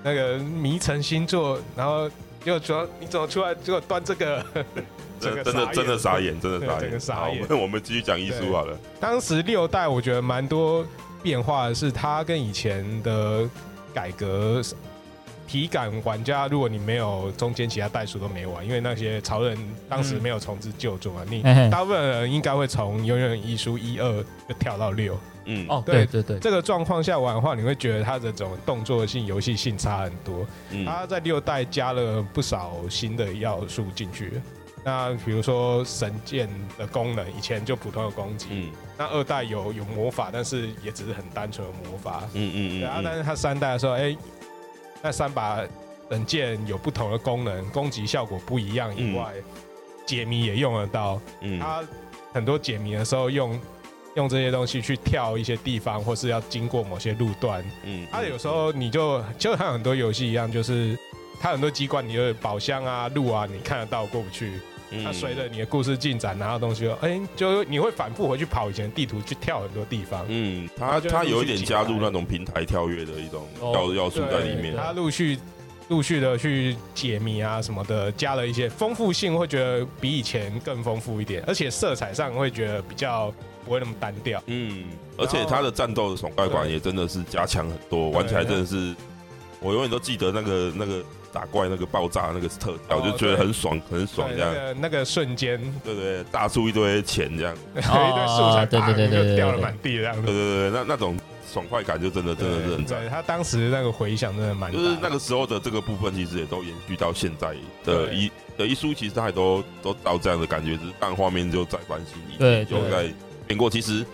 S3: 那个迷城星座，然后就主要你怎么出来，结果端这个， 整
S1: 真
S3: 个
S1: 真的
S3: 傻眼
S1: 真的傻眼，真的傻
S3: 对整
S1: 眼。
S3: 个傻
S1: 好，我
S3: 眼
S1: 们我们继续讲艺术好了。
S3: 当时六代我觉得蛮多变化的是，它跟以前的改革体感玩家，如果你没有中间其他代数都没玩，因为那些潮人当时没有重置旧作嘛，你
S2: 哎
S4: 嘿嘿，
S3: 大部分人应该会从《永远遗书》一二就跳到六。
S1: 嗯，
S4: 哦，
S3: 对
S4: 对对对，
S3: 这个状况下玩的话，你会觉得它的这种动作性、游戏性差很多。
S1: 嗯
S3: 它在六代加了不少新的要素进去。那比如说神剑的功能，以前就普通的攻击，
S1: 嗯
S3: 那二代有有魔法，但是也只是很单纯的魔法。
S1: 嗯嗯
S3: 对啊，
S1: 嗯嗯，
S3: 但是它三代的时候，哎、那三把冷剑有不同的功能，攻击效果不一样以外，解谜也用得到。
S1: 嗯，
S3: 它很多解谜的时候用用这些东西去跳一些地方，或是要经过某些路段。
S1: 嗯，
S3: 它有时
S1: 嗯，
S3: 候你就就像很多游戏一样，就是它很多机关，你的宝箱啊、路啊，你看得到过不去。
S1: 嗯
S3: 它随着你的故事进展，拿到东西后，哎、就你会反复回去跑以前的地图，去跳很多地方。
S1: 嗯，它
S3: 就
S1: 它
S3: 陆续
S1: 有一点
S3: 解
S1: 加入
S3: 开
S1: 那种平台跳跃的一种
S4: 哦
S1: 要要素
S3: 对，
S1: 在里面。
S3: 它陆续陆续的去解谜啊什么的，加了一些丰富性，会觉得比以前更丰富一点，而且色彩上会觉得比较不会那么单调。
S1: 嗯，而且它的战斗的爽快感
S3: 对
S1: 也真的是加强很多，玩起来真的是，我永远都记得那个那个打怪那个爆炸那个特效，
S3: 哦
S1: 就觉得很爽很爽
S3: 对
S1: 这样
S3: 那，个那个瞬间，
S1: 对对，对大出一堆钱这样，
S3: 一堆素材
S4: 哦对对对对
S3: 啪就
S4: 对
S3: 掉了
S4: 对对
S3: 满地这样
S1: 对
S3: 子。
S1: 对对，那那种爽快感就真的真的是很赞
S3: 对，。他当时那个回响真的蛮大
S1: 就
S3: 的，
S1: 是那个时候的这个部分，其实也都延续到现在的
S3: 对
S1: 一的一书，其实它也都都到这样的感觉，只是但画面就在翻新，以及
S4: 对
S1: 就
S3: 对
S1: 在变过。其实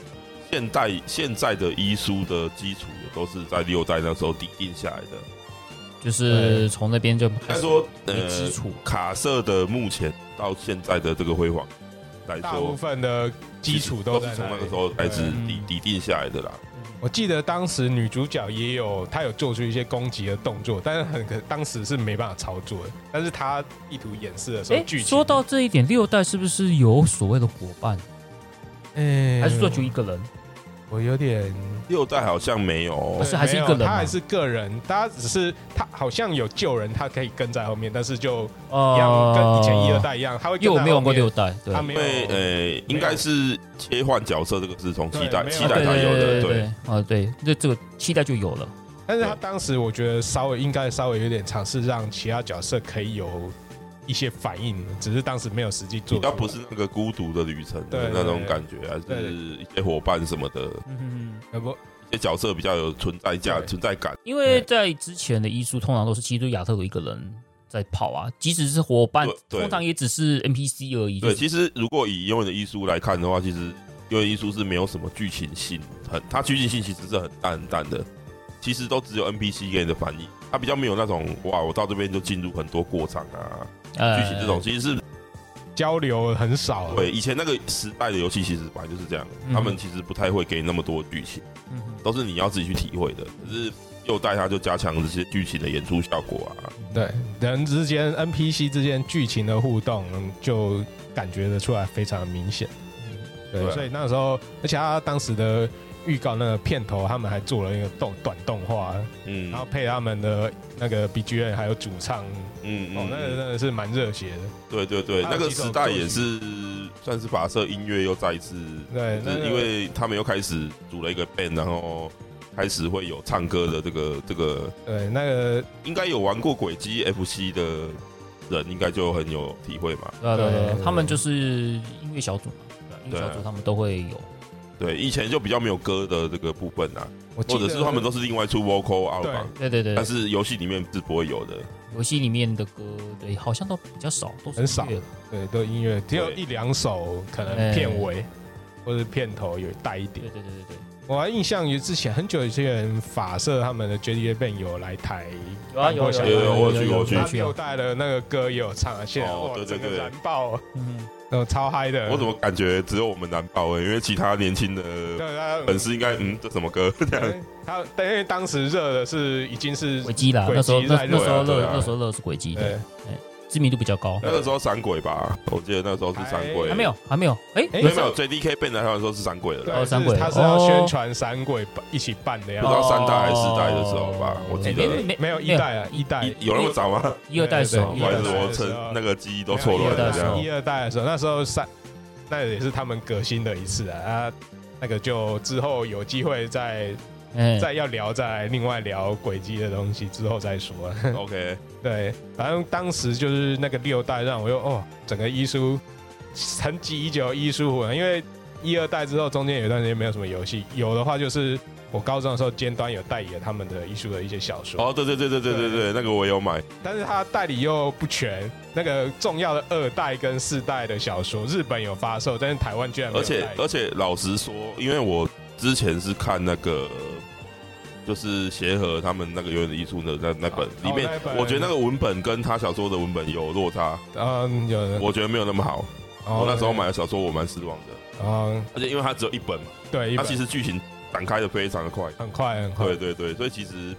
S1: 现代现在的医书的基础，也都是在六代那时候底定下来的。
S4: 就是从那边就开
S1: 他
S4: 始
S1: 说，
S4: 为
S1: 呃，
S4: 基础，
S1: 卡瑟的目前到现在的这个辉煌来
S3: 大部
S1: 说，
S3: 分的基础
S1: 都
S3: 在
S1: 是从那
S3: 那
S1: 个
S3: 里
S1: 时候开始
S3: 对嗯
S1: 底底定下来的啦。
S3: 我记得当时女主角也有，她有做出一些攻击的动作，但是很可当时是没办法操作的。但是她意图演示的时候，
S4: 哎，
S3: 剧情
S4: 说到这一点，六代是不是有所谓的伙伴，
S3: 嗯
S4: 还是说就一个人？
S3: 我有点
S1: 六代好像没有
S2: 不哦是还是一个人
S3: 没有他
S2: 吗
S3: 还是个人，他只是他好像有救人，他可以跟在后面，但是就一样
S2: 呃，
S4: 哦
S3: 跟以前一二，代一样，他会跟
S2: 因为我
S3: 在
S2: 没有玩过
S3: 后面
S2: 六代，对
S3: 他，没
S1: 因
S3: 有
S1: 为呃，应该是切换角色这个是从七代
S3: 对
S1: 七
S3: 没
S1: 代
S3: 有
S1: 才有的，
S2: 对
S1: 对，
S2: 对，
S4: 哦
S2: 啊对，那这个七代就有了，
S3: 但是他当时我觉得稍微应该稍微有点尝试让其他角色可以有一些反应，只是当时没有实际做
S1: 比
S3: 出来。
S1: 较不是那个孤独的旅程
S3: 对
S1: 的
S3: 对
S1: 那种感觉，还
S3: 对
S1: 是一些伙伴什么的，
S2: 嗯，
S3: 呃不，
S1: 一些角色比较有存在价、
S3: 对
S1: 存在感。
S2: 因为在之前的医术通常都是基督亚特有一个人在跑啊，即使是伙伴
S1: 对，对
S2: 通常也只是 NPC 而已，就
S1: 对，
S2: 是
S1: 其实如果以《永远的艺术》来看的话，其实《永远的艺术》是没有什么剧情性，很它剧情性其实是很淡很淡的，其实都只有 NPC 给你的反应，它比较没有那种哇，我到这边就进入很多过场啊，
S2: 哎
S1: 剧情这种，其实是
S3: 交流很少。啊
S1: 对以前那个时代的游戏，其实本来就是这样，
S2: 嗯
S1: 他们其实不太会给你那么多剧情，
S2: 嗯哼
S1: 都是你要自己去体会的。可是六代它就加强了这些剧情的演出效果啊，
S3: 对，人之间 NPC 之间剧情的互动，嗯就感觉得出来非常明显。
S2: 嗯
S3: 对，
S1: 对啊
S3: 所以那时候，而且他当时的预告那个片头，他们还做了一个动短动画，
S1: 嗯
S3: 然后配他们的那个 BGM 还有主唱，
S1: 嗯
S3: 哦，那个真
S1: 嗯，
S3: 的是蛮热血的。
S1: 对对对，
S3: 还
S1: 那
S3: 有
S1: 个
S3: 几首
S1: 时代
S3: 作品
S1: 也是算是法社音乐又再一次
S3: 对，那
S1: 是
S3: 个
S1: 因为他们又开始组了一个 band，然后开始会有唱歌的这个这个，
S3: 对那个
S1: 应该有玩过轨迹 FC 的人，应该就很有体会嘛。
S2: 对啊对啊对啊
S3: 对，
S2: 他们就是音乐小组嘛，对啊音乐
S1: 对啊
S2: 小组他们都会有，
S1: 对，以前就比较没有歌的这个部分啊，
S3: 我记
S1: 或
S3: 得
S1: 者是他们都是另外出 vocal out
S3: 对
S1: 吧，
S2: 对对对，
S1: 但是游戏里面是不会有的。
S2: 游戏里面的歌，对，好像都比较少，都是
S3: 很少
S2: 音乐
S3: 对都音乐只有一两首，可能
S2: 哎
S3: 片尾或者片头有带一点
S2: 对。对对对对，
S3: 我还印象于之前很久以前法社他们的 j d Band 有来台
S2: 有啊
S3: 办过
S2: 有
S3: 小
S1: 有有我有
S3: 活动
S1: 去我有去
S3: 他
S2: 有
S3: 们有带的那个歌也有唱啊，现在
S1: 哦
S3: 哇
S1: 对对
S3: 整个
S1: 对
S3: 燃爆，
S2: 嗯，
S3: 那种超嗨的。
S1: 我怎么感觉只有我们难爆欸因为其他年轻的
S3: 对他
S1: 粉丝应该嗯，这什么歌？这样
S3: 他因为当时热的是已经是
S2: 嗯
S3: 呃
S2: 轨迹啦，那时候
S3: 轨迹
S2: 那
S3: 在
S2: 那时
S1: 对啊
S2: 候
S1: 对
S2: 乐
S1: 啊
S2: 那时候乐是轨迹，对
S3: 对，
S2: 知名度比较 高，
S1: 那个时候闪鬼吧，我记得那时候是闪鬼，
S2: 还没有还没有，哎，
S3: 哎
S1: 没有没有 JDK band 来台湾的时候是闪鬼了啦。
S3: 对，
S2: 哦三
S3: 是
S2: 鬼
S3: 他是要
S2: 哦
S3: 宣传三鬼一起办的样
S1: 不
S3: 子
S1: 知，道三代还是四代的时候吧我记得
S2: 哎没没
S3: 没有一代啊，一
S2: 哎
S3: 代
S1: 一有那么早吗？哦
S2: 一二代时候，
S1: 不
S3: 对对对
S1: 好意思，我
S3: 一二代的时
S1: 趁
S3: 候
S1: 那个记忆都错
S2: 没
S1: 乱
S2: 有一
S1: 了，这样。
S2: 二代的时候
S3: 一二代的时候，那时候三，那也是他们革新的一次啊。啊那个就之后有机会再
S1: 嗯
S2: 哎，
S3: 再要聊，再另外聊轨迹的东西，之后再说。
S1: OK，
S3: 对，反正当时就是那个六代让我又哦，整个医书沉寂已久的医书魂，因为一二代之后中间有一段时间没有什么游戏，有的话就是我高中的时候尖端有代理了他们的医书的一些小说，
S1: 哦，对对对对对对对，那个我有买，
S3: 但是它代理又不全，那个重要的二代跟四代的小说，日本有发售，但是台湾居然没
S1: 而
S3: 有代理
S1: 且而且老实说，因为我之前是看那个。就是协和他们那个《永远的艺术》的那那本
S3: 哦
S1: 里面
S3: 那一，本
S1: 我觉得那个文本跟他小说的文本有落差，
S3: 嗯，有哦的。
S1: 我觉得没有那么好。
S3: 我
S1: 我那时候买，的小说我蛮失望的，
S3: 嗯，
S1: 而且因为它只有一本嘛，
S3: 对，一
S1: 它
S3: 本嗯
S1: 其实剧情展开的非常的快。
S3: 很快很快
S1: 对。对对，所以其实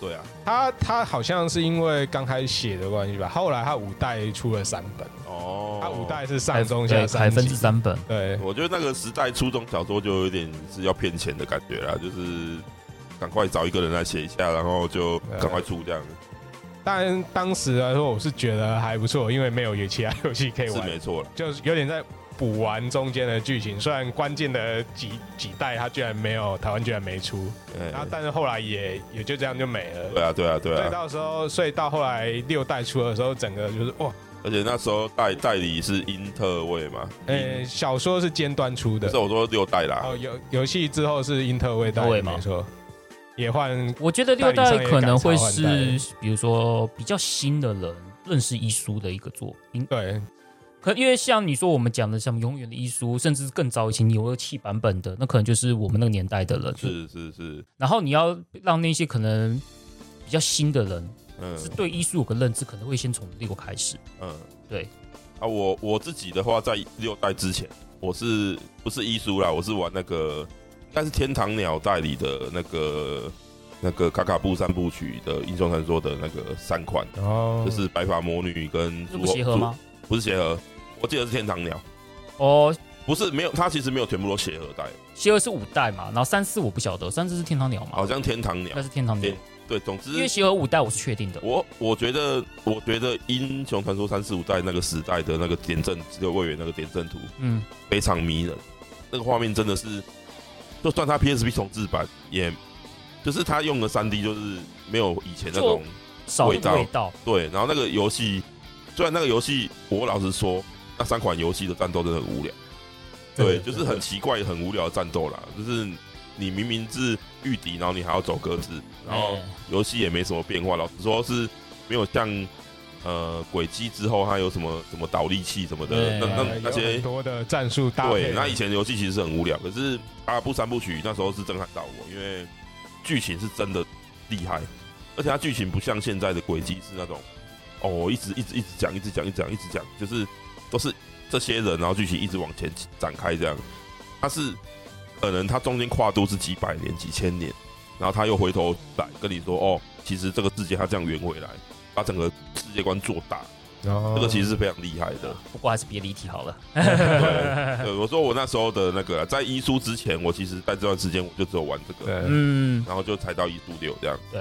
S1: 对啊，
S3: 他他好像是因为刚开始写的关系吧，后来他五代出了三本，
S1: 哦，
S3: 他五代是
S2: 海
S3: 上中
S2: 对
S3: 下
S2: 海
S3: 三
S2: 分是
S3: 集。
S2: 三本，
S3: 对，
S1: 我觉得那个时代初中小说就有点是要骗钱的感觉啦，就是赶快找一个人来写一下，然后就
S3: 啊
S1: 赶快出这样，
S3: 当然当时来说我是觉得还不错，因为没有有其他游戏可以
S1: 是
S3: 玩，
S1: 没错了。
S3: 就是有点在补完中间的剧情。虽然关键的几几代他居然没有，台湾居然没出，
S1: 哎
S3: 然后但是后来也也就这样就没了。
S1: 对啊，对啊，对
S3: 所以
S1: 啊，
S3: 到时候，所以到后来六代出的时候，整个就是哇，
S1: 而且那时候代代理是英特卫嘛，
S3: 呃，
S1: 哎，
S3: 小说是尖端出
S1: 不
S3: 的
S1: 是，我说六代啦，
S3: 哦，游游戏之后是英特味代
S2: 英特
S3: 理，
S2: 味吗
S3: 没错，也换
S2: 我觉得六代可能会是
S3: 代理商也敢
S2: 比如说比较新的人认识医书的一个作品，
S3: 对
S2: 可因为像你说我们讲的像《永远的医书》，甚至更早以前牛二气版本的，那可能就是我们那个年代的人。
S1: 是是是，
S2: 然后你要让那些可能比较新的人，
S1: 嗯
S2: 是对医术有个认知，可能会先从六开始。
S1: 嗯，
S2: 对
S1: 啊，我我自己的话，在六代之前，我是不是医书啦？我是玩那个，应该是天堂鸟代理的那个那个卡卡布三部曲的英雄传说的那个三款。
S3: 然后
S1: 就是白发魔女跟
S2: 哦这
S1: 诸
S2: 不协和吗？
S1: 诸不是协和，我记得是天堂鸟。
S2: 哦，
S1: 不是没有，他其实没有全部都邪恶带，
S2: 邪恶是五代嘛，然后三四我不晓得，三四是天堂鸟嘛，
S1: 好像天堂鸟
S2: 那。是天堂鸟
S1: 哦对，对，总
S2: 因
S1: 之
S2: 为邪恶五代我是确定的，
S1: 我我觉得，我觉得《英雄传说》三四五代那个时代的那个点阵，只有魏源那个点阵图
S2: 嗯，
S1: 非常迷人，那个画面真的是，就算它 PSP 重置版，也就是它用的三 D，就是没有以前那种
S2: 少
S1: 味
S2: 一个
S1: 道
S2: 味道，
S1: 对。然后那个游戏，虽然那个游戏，我老实说，那三款游戏的战斗真的很无聊。对，就是很奇怪、很无聊的战斗啦。就是你明明是御敌，然后你还要走格子，然后
S2: 哎
S1: 游戏也没什么变化。老实说是没有像呃轨迹之后它有什么什么导力器什么的，
S2: 对
S1: 那那
S3: 呃
S1: 那
S3: 有
S1: 些
S3: 很多的战术搭配
S1: 对，，那以前的游戏其实是很无聊。可是阿布三部曲那时候是震撼到我，因为剧情是真的厉害，而且它剧情不像现在的轨迹是那种哦，一直一直一直讲，一直讲，一直讲，一直讲，就是都是这些人，然后剧情一直往前展开这样。它是可能它中间跨度是几百年、几千年，然后他又回头来跟你说哦，其实这个世界它这样圆回来，把整个世界观做大，
S3: 这
S1: 这个其实是非常厉害的。
S2: 不过还是别离题好了。
S1: 对，我说我那时候的那个啦在医书之前，我其实在这段时间我就只有玩这个，
S3: 对，
S2: 嗯，
S1: 然后就才到医书六这样，
S2: 对，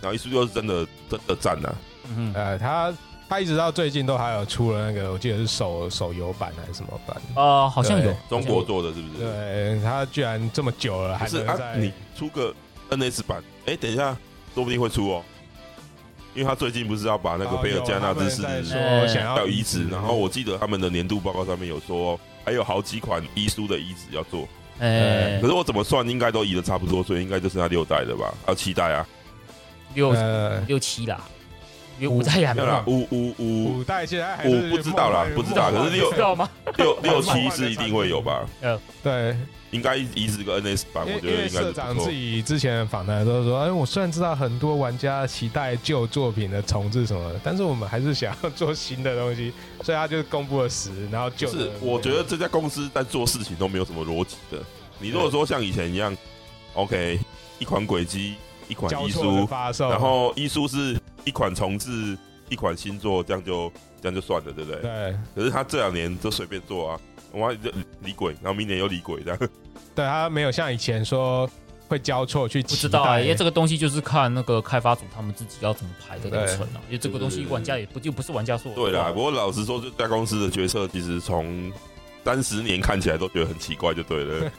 S1: 然后医书六是真的真的赞啊呐、
S2: 嗯哼，
S3: 呃，他他一直到最近都还有出了那个，我记得是手手游版还是什么版？
S2: 呃，好像有
S3: 对
S1: 中国做的是不是？
S3: 对，他居然这么久了
S1: 不
S3: 还
S1: 是
S3: 能
S1: 啊，
S3: 在
S1: 你出个 NS 版，哎，等一下，说不定会出哦，因为他最近不是要把
S3: 哦
S1: 那个贝尔加纳之
S3: 之
S1: 是
S3: 说想要哦
S1: 要移植，然后我记得他们的年度报告上面有说，哦还有好几款医书的移植要做，
S2: 哎
S1: 可是我怎么算应该都移的差不多，所以应该就是那六代的吧，啊七代啊，
S2: 六
S3: 呃
S2: 六七啦，因为五代也还没
S1: 没有 啦，五五五
S3: 五代现在还
S1: 我
S3: 是
S1: 不知道啦
S3: 梦幻
S1: 不知道可是六
S2: 知道吗？
S1: 六六七是一定会有吧？
S3: 对，
S1: 应该移植个 NS 版，
S3: 因
S1: 啊我
S3: 为
S1: 觉得
S3: 因为
S1: 应该
S3: 社
S1: 是
S3: 长
S1: 不
S3: 自
S1: 错。
S3: 己之前访谈都说，哎，我虽然知道很多玩家期待旧作品的重置什么的，但是我们还是想要做新的东西，所以他就公布了十，然后
S1: 就
S3: 旧的
S1: 是我觉得这家公司在做事情都没有什么逻辑的。你如果说像以前一样，OK，一款轨迹，一款
S3: 交
S1: 医
S3: 错的
S1: 书，
S3: 发售，
S1: 然后医书是一款重置，一款新作，这样就这样就算了，对不对？
S3: 对
S1: 可是他这两年就随便做啊，我就李鬼，然后明年又李鬼这样。
S3: 对，他没有像以前说会交错去
S2: 不
S3: 期
S2: 知道啊，
S3: 待
S2: 因为这个东西就是看那个开发组他们自己要怎么排的流程啊，因为这个东西
S1: 对
S2: 玩家也不就不是玩家说了
S1: 对啦，
S2: 算
S1: 不过老实说，这家公司的决策其实从三十年看起来都觉得很奇怪，就对 了，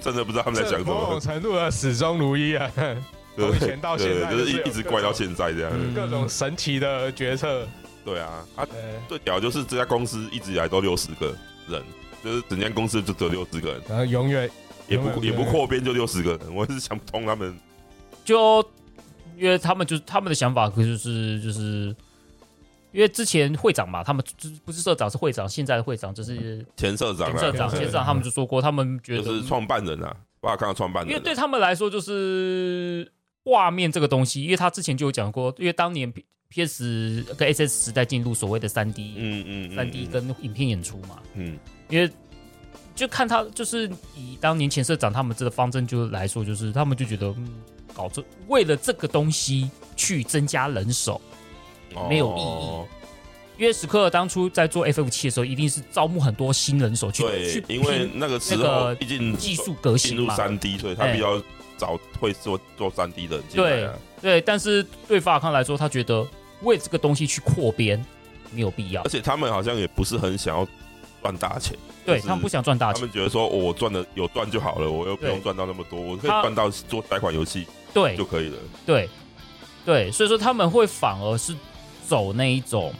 S1: 真的不知道他们在想什
S3: 这某
S1: 么
S3: 种。程度的始终如一啊，
S1: 对
S3: 从以前到现在
S1: 对，就是
S3: 就是有
S1: 一一直怪到现在这样。
S2: 嗯
S3: 各种神奇的决策，
S1: 对啊，啊，
S3: 对，
S1: 最屌就是这家公司一直以来都六十个人，就是整间公司就只有六十个人，
S3: 然后永远
S1: 也
S3: 永远
S1: 不
S3: 不
S1: 也不
S3: 会
S1: 扩编就六十个人，我是想不通他们。
S2: 就因为他们就是他们的想法，可就是就是。因为之前会长嘛，他们就是不是社长是会长，现在的会长就是
S1: 前社长
S2: 前
S1: 啊，
S2: 社长，
S3: 对
S2: 前社长他们就说过，他们觉
S1: 就
S2: 得
S1: 是创办人啊，我看到创办
S2: 因为
S1: 人
S2: 对
S1: 啊，
S2: 他们来说，就是画面这个东西，因为他之前就有讲过，因为当年 P P S 跟 S S 时代进入所谓的三 D、
S1: 嗯嗯，嗯
S2: 三 D 跟影片演出嘛，
S1: 嗯
S2: 因为就看他就是以当年前社长他们这个方针就来说，就是他们就觉得、嗯、搞这为了这个东西去增加人手，
S1: 嗯
S2: 没有意义
S1: 哦
S2: 因为史克尔当初在做 F F 七的时候，一定是招募很多新人手去去
S1: 对，因为
S2: 拼
S1: 那个时候
S2: 那个
S1: 毕竟
S2: 技术革
S1: 进
S2: 新
S1: 入
S2: 嘛，
S1: 三 D，所以他
S2: 哎
S1: 比较早会做做三 D 的人进来啊。
S2: 对，但是对法尔康来说，他觉得为这个东西去扩编没有必要
S1: 而，且他们好像也不是很想要赚大钱，
S2: 对
S1: 就是
S2: 他们不想赚大
S1: 他
S2: 钱，
S1: 们觉得说、哦我赚的有赚就好了，我又不
S2: 对
S1: 用赚到那么多，我可以
S2: 他
S1: 赚到做改款游戏
S2: 对
S1: 就可以了。
S2: 对对，所以说他们会反而是走那一种，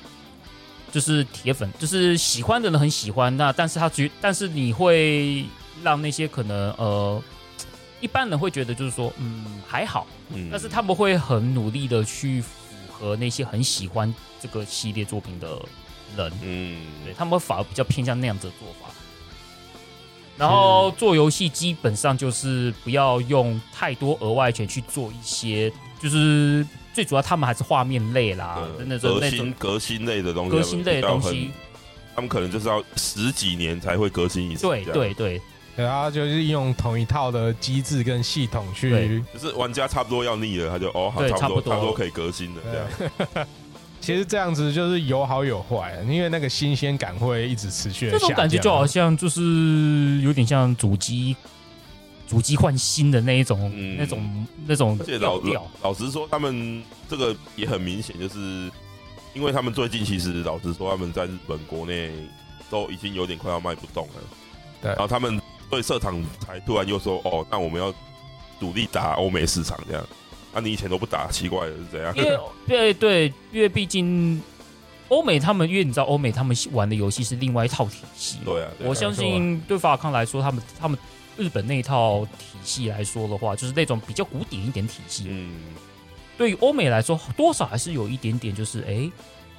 S2: 就是铁粉，就是喜欢的人很喜欢，那但是他觉，但是你会让那些可能呃。一般人会觉得就是说，嗯，还好，
S1: 嗯，
S2: 但是他们会很努力的去符合那些很喜欢这个系列作品的人，对
S1: 嗯，
S2: 他们反而比较偏向那样子的做法。然后做游戏基本上就是不要用太多额外钱去做一些，就是最主要他们还是画面类啦，
S1: 对
S2: 那种
S1: 革
S2: 那种
S1: 新革新类的东西，
S2: 革新类的东
S1: 比较
S2: 西
S1: 很，，他们可能就是要十几年才会革新一次。
S2: 对
S1: 这样，
S2: 对对
S3: 对，他就是用同一套的机制跟系统去
S2: 对
S1: 就是玩家差不多要腻了，他就哦，好
S2: 对
S1: 差不多
S2: 差不多
S1: 差不多可以革新了这样。
S3: 其实这样子就是有好有坏，啊因为那个新鲜感会一直持续。
S2: 这种感觉就好像就是有点像主机，主机换新的那一种、
S1: 嗯
S2: 那种、那种
S1: 而且
S2: 调
S1: 老
S2: 调。
S1: 老实说，他们这个也很明显，就是因为他们最近其实老实说，他们在日本国内都已经有点快要卖不动了。
S3: 对
S1: 然后他们对社场才突然又说：“哦，那我们要主力打欧美市场这样。”啊，你以前都不打，奇怪了是怎样？
S2: 因为对对，因为毕竟欧美他们，因为你知道欧美他们玩的游戏是另外一套体系。
S1: 对啊，对啊
S2: 我相信对法康来说，他们他们日本那一套体系来说的话，就是那种比较古典一点体系。
S1: 嗯，
S2: 对于欧美来说，多少还是有一点点，就是哎、诶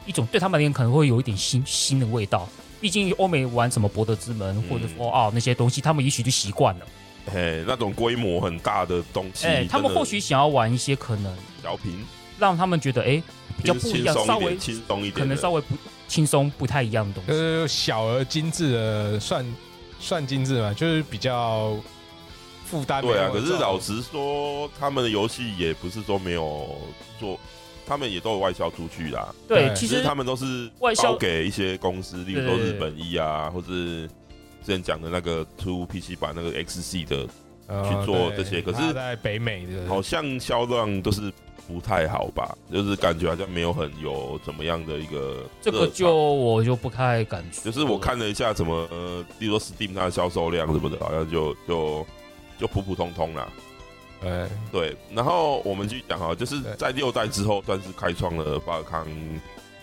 S2: 一种对他们而言可能会有一点新新的味道。毕竟欧美玩什么《博德之门》或者
S1: 嗯
S2: 《Fallout》那些东西，他们也许就习惯了。
S1: 嘿，那种规模很大的东西，
S2: 哎、他们
S1: 真的
S2: 或许想要玩一些可能
S1: 小品
S2: 让他们觉得哎、诶比较不一样
S1: 轻
S2: 稍
S1: 松一
S2: 微
S1: 点，轻松一点的，
S2: 可能稍微不轻松、不太一样的东
S3: 就
S2: 西。
S3: 是小而精致的算算精致嘛，就是比较负担没
S1: 对
S3: 那
S1: 啊，
S3: 么
S1: 可是
S3: 重
S1: 老实说，他们的游戏也不是说没有做，他们也都有外销出去啦。
S2: 对，
S3: 对
S2: 其
S1: 只是
S2: 实
S1: 他们都是
S2: 外销
S1: 包给一些公司，例如说
S2: 对对
S1: 日
S2: 对
S1: 本一啊，或是之前讲的那个出 PC 版那个 XC 的，
S3: 呃
S1: 去做
S3: 对
S1: 这些可是
S3: 然后在北美的
S1: 好像销量都是不太好吧，就是感觉好像没有很有怎么样的一个
S2: 这
S1: 热
S2: 个
S1: 潮
S2: 就我就不太敢说。
S1: 就是我看了一下怎么，呃，例如说 Steam 它的销售量什么的，好像就就就普普通通啦。
S3: 对
S1: 对，然后我们去讲哈，就是
S3: 对
S1: 在六代之后，算是开创了巴尔康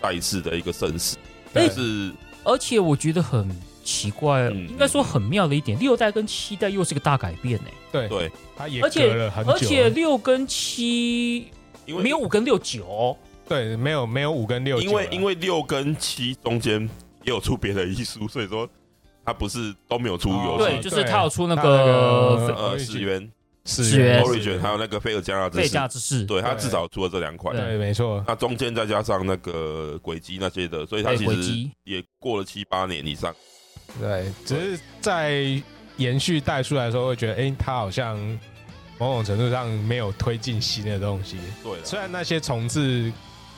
S1: 再一次的一个盛世，
S3: 对
S1: 就是
S2: 而且我觉得很奇怪，
S1: 嗯
S2: 应该说很妙的一点，六代跟七代又是个大改变呢、
S3: 对
S1: 对，
S3: 它也
S2: 而且
S3: 隔了
S1: 啊
S3: 很久，啊
S2: 而且六跟七
S1: 因为
S2: 没有五跟六九哦，
S3: 对没有没有五跟六九啊
S1: 因
S3: 了，
S1: 为因为六跟七中间也有出别的遗书，所以说它不是都没有出游
S2: 哦对，
S1: 戏，
S2: 就是他有出那
S3: 它
S2: 个
S1: 呃，始源、
S3: 始
S2: 源
S1: Origin 还有那个菲尔加纳之
S2: 费
S1: 死，
S2: 加之士，
S1: 对，它
S3: 对
S1: 至少出了这两款。
S3: 对没错，
S1: 那中间再加上那个轨迹那些的，所以它
S2: 对，
S1: 其
S2: 轨
S1: 实
S2: 迹，
S1: 也过了七八年以上。
S3: 对，只是在延续代数来说，会觉得哎、诶它好像某种程度上没有推进新的东西。
S1: 对啦，
S3: 虽然那些重置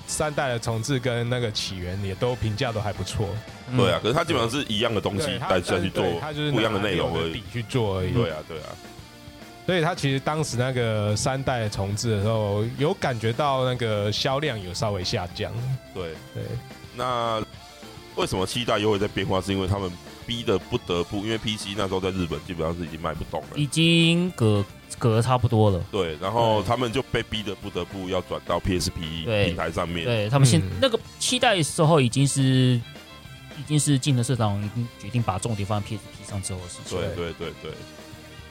S3: 三代的重置跟那个起源也都评价都还不错，
S2: 嗯
S1: 对啊，，可是它基本上是一样的东西
S3: 对，它
S1: 再下去做
S3: 对嗯它就是拿
S1: 不一样的内容
S3: 旧
S1: 而
S3: 的
S1: 已
S3: 底。去做而已。
S1: 对啊，对啊，
S3: 所以它其实当时那个三代重置的时候，有感觉到那个销量有稍微下降。
S1: 对。
S3: 对，
S1: 那为什么七代又会在变化？是因为他们逼的不得不，因为 PC 那时候在日本基本上是已经卖不动了，
S2: 已经隔隔得差不多了。
S1: 对，然后他们就被逼的不得不要转到 PSP
S2: 对
S1: 平台上面，
S2: 对他们现、
S3: 嗯
S2: 那个七代的时候已经是已经是竞争社长已经决定把重点放在 PSP 上之后的事情。
S1: 对对对对，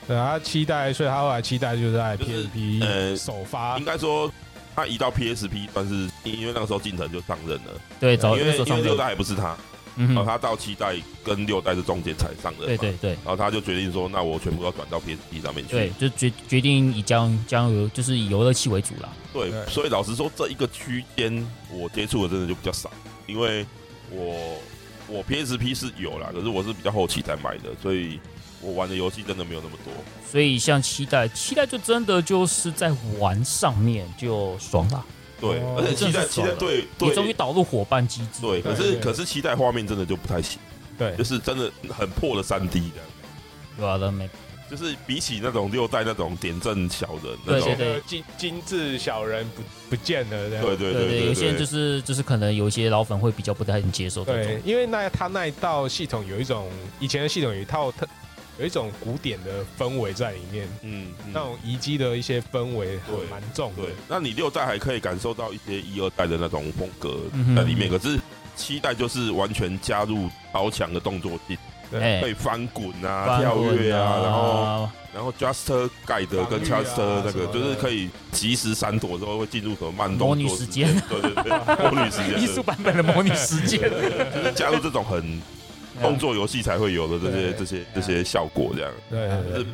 S3: 对，它七代，所以它后来七代就在
S1: 就是
S3: PSP
S1: 呃
S3: 首发
S2: 啊
S1: 应。该说他移到 PSP，但是因为那个时候近藤就上任了，
S2: 对，早
S1: 因
S2: 哦
S1: 为
S2: 那时候
S1: 因为
S2: 上
S1: 六
S2: 六，
S1: 代还不是他，
S2: 嗯
S1: 然后
S2: 哼，
S1: 他到七代跟六代是中间才上任嘛，
S2: 对对对
S1: 然后他就决定说，那我全部要转到 PSP 上面去，
S2: 对，就决决定以将将游就是以游乐器为主啦。
S1: 对，
S3: 对
S1: 所以老实说，这一个区间我接触的真的就比较少，因为我我 PSP 是有啦，可是我是比较后期才买的，所以我玩的游戏真的没有那么多。
S2: 所以像期待，期待就真的就是在玩上面就爽啦，
S1: 对，
S3: 哦
S1: 而且期
S2: 真
S1: 待
S2: 是
S1: 期
S2: 爽
S1: 待
S2: 了
S1: 对
S2: 也终于
S1: 对
S2: 导入伙伴机制。
S1: 对，可
S3: 对
S1: 是
S3: 对哎
S1: 可是期待画面真的就不太行，
S3: 对
S1: 就，是真的很破的三 D 的，
S2: 对吧？那没
S1: 就是比起那种六代那种点阵小人那
S2: 对
S1: 种
S2: 对，
S3: 那个精精致小人不不见了，这样。
S1: 对对
S2: 对对，有些人就是是就是可能有一些老粉会比较不太能接受这种
S3: 对，因为那他那一套系统有一种以前的系统有一套特有一种古典的氛围在里面，
S1: 嗯嗯
S3: 那种遗迹的一些氛围很
S1: 对
S3: 蛮重的
S1: 对。，那你六代还可以感受到一些一二代的那种风格
S2: 嗯哼
S1: 在里面，可是七代就是完全加入超强的动作性，
S2: 哎
S1: 可以翻滚啊、
S2: 翻
S1: 跳
S2: 滚
S1: 跃啊，然后
S2: 啊
S1: 然后 Juster 盖德跟
S3: 防御啊
S1: Juster 那
S3: 什
S1: 个
S3: 么的
S1: 就是可以及时闪躲之后会进入什么慢动
S2: 模拟
S1: 作
S2: 时
S1: 间
S2: 间，
S1: 对对 对，魔女时间，
S2: 艺术版本的模拟时间，
S1: 就是加入这种很 动作游戏才会有的这些
S3: 对
S1: 这些这些效果，这样
S3: 对对
S1: 就
S3: 对
S1: 是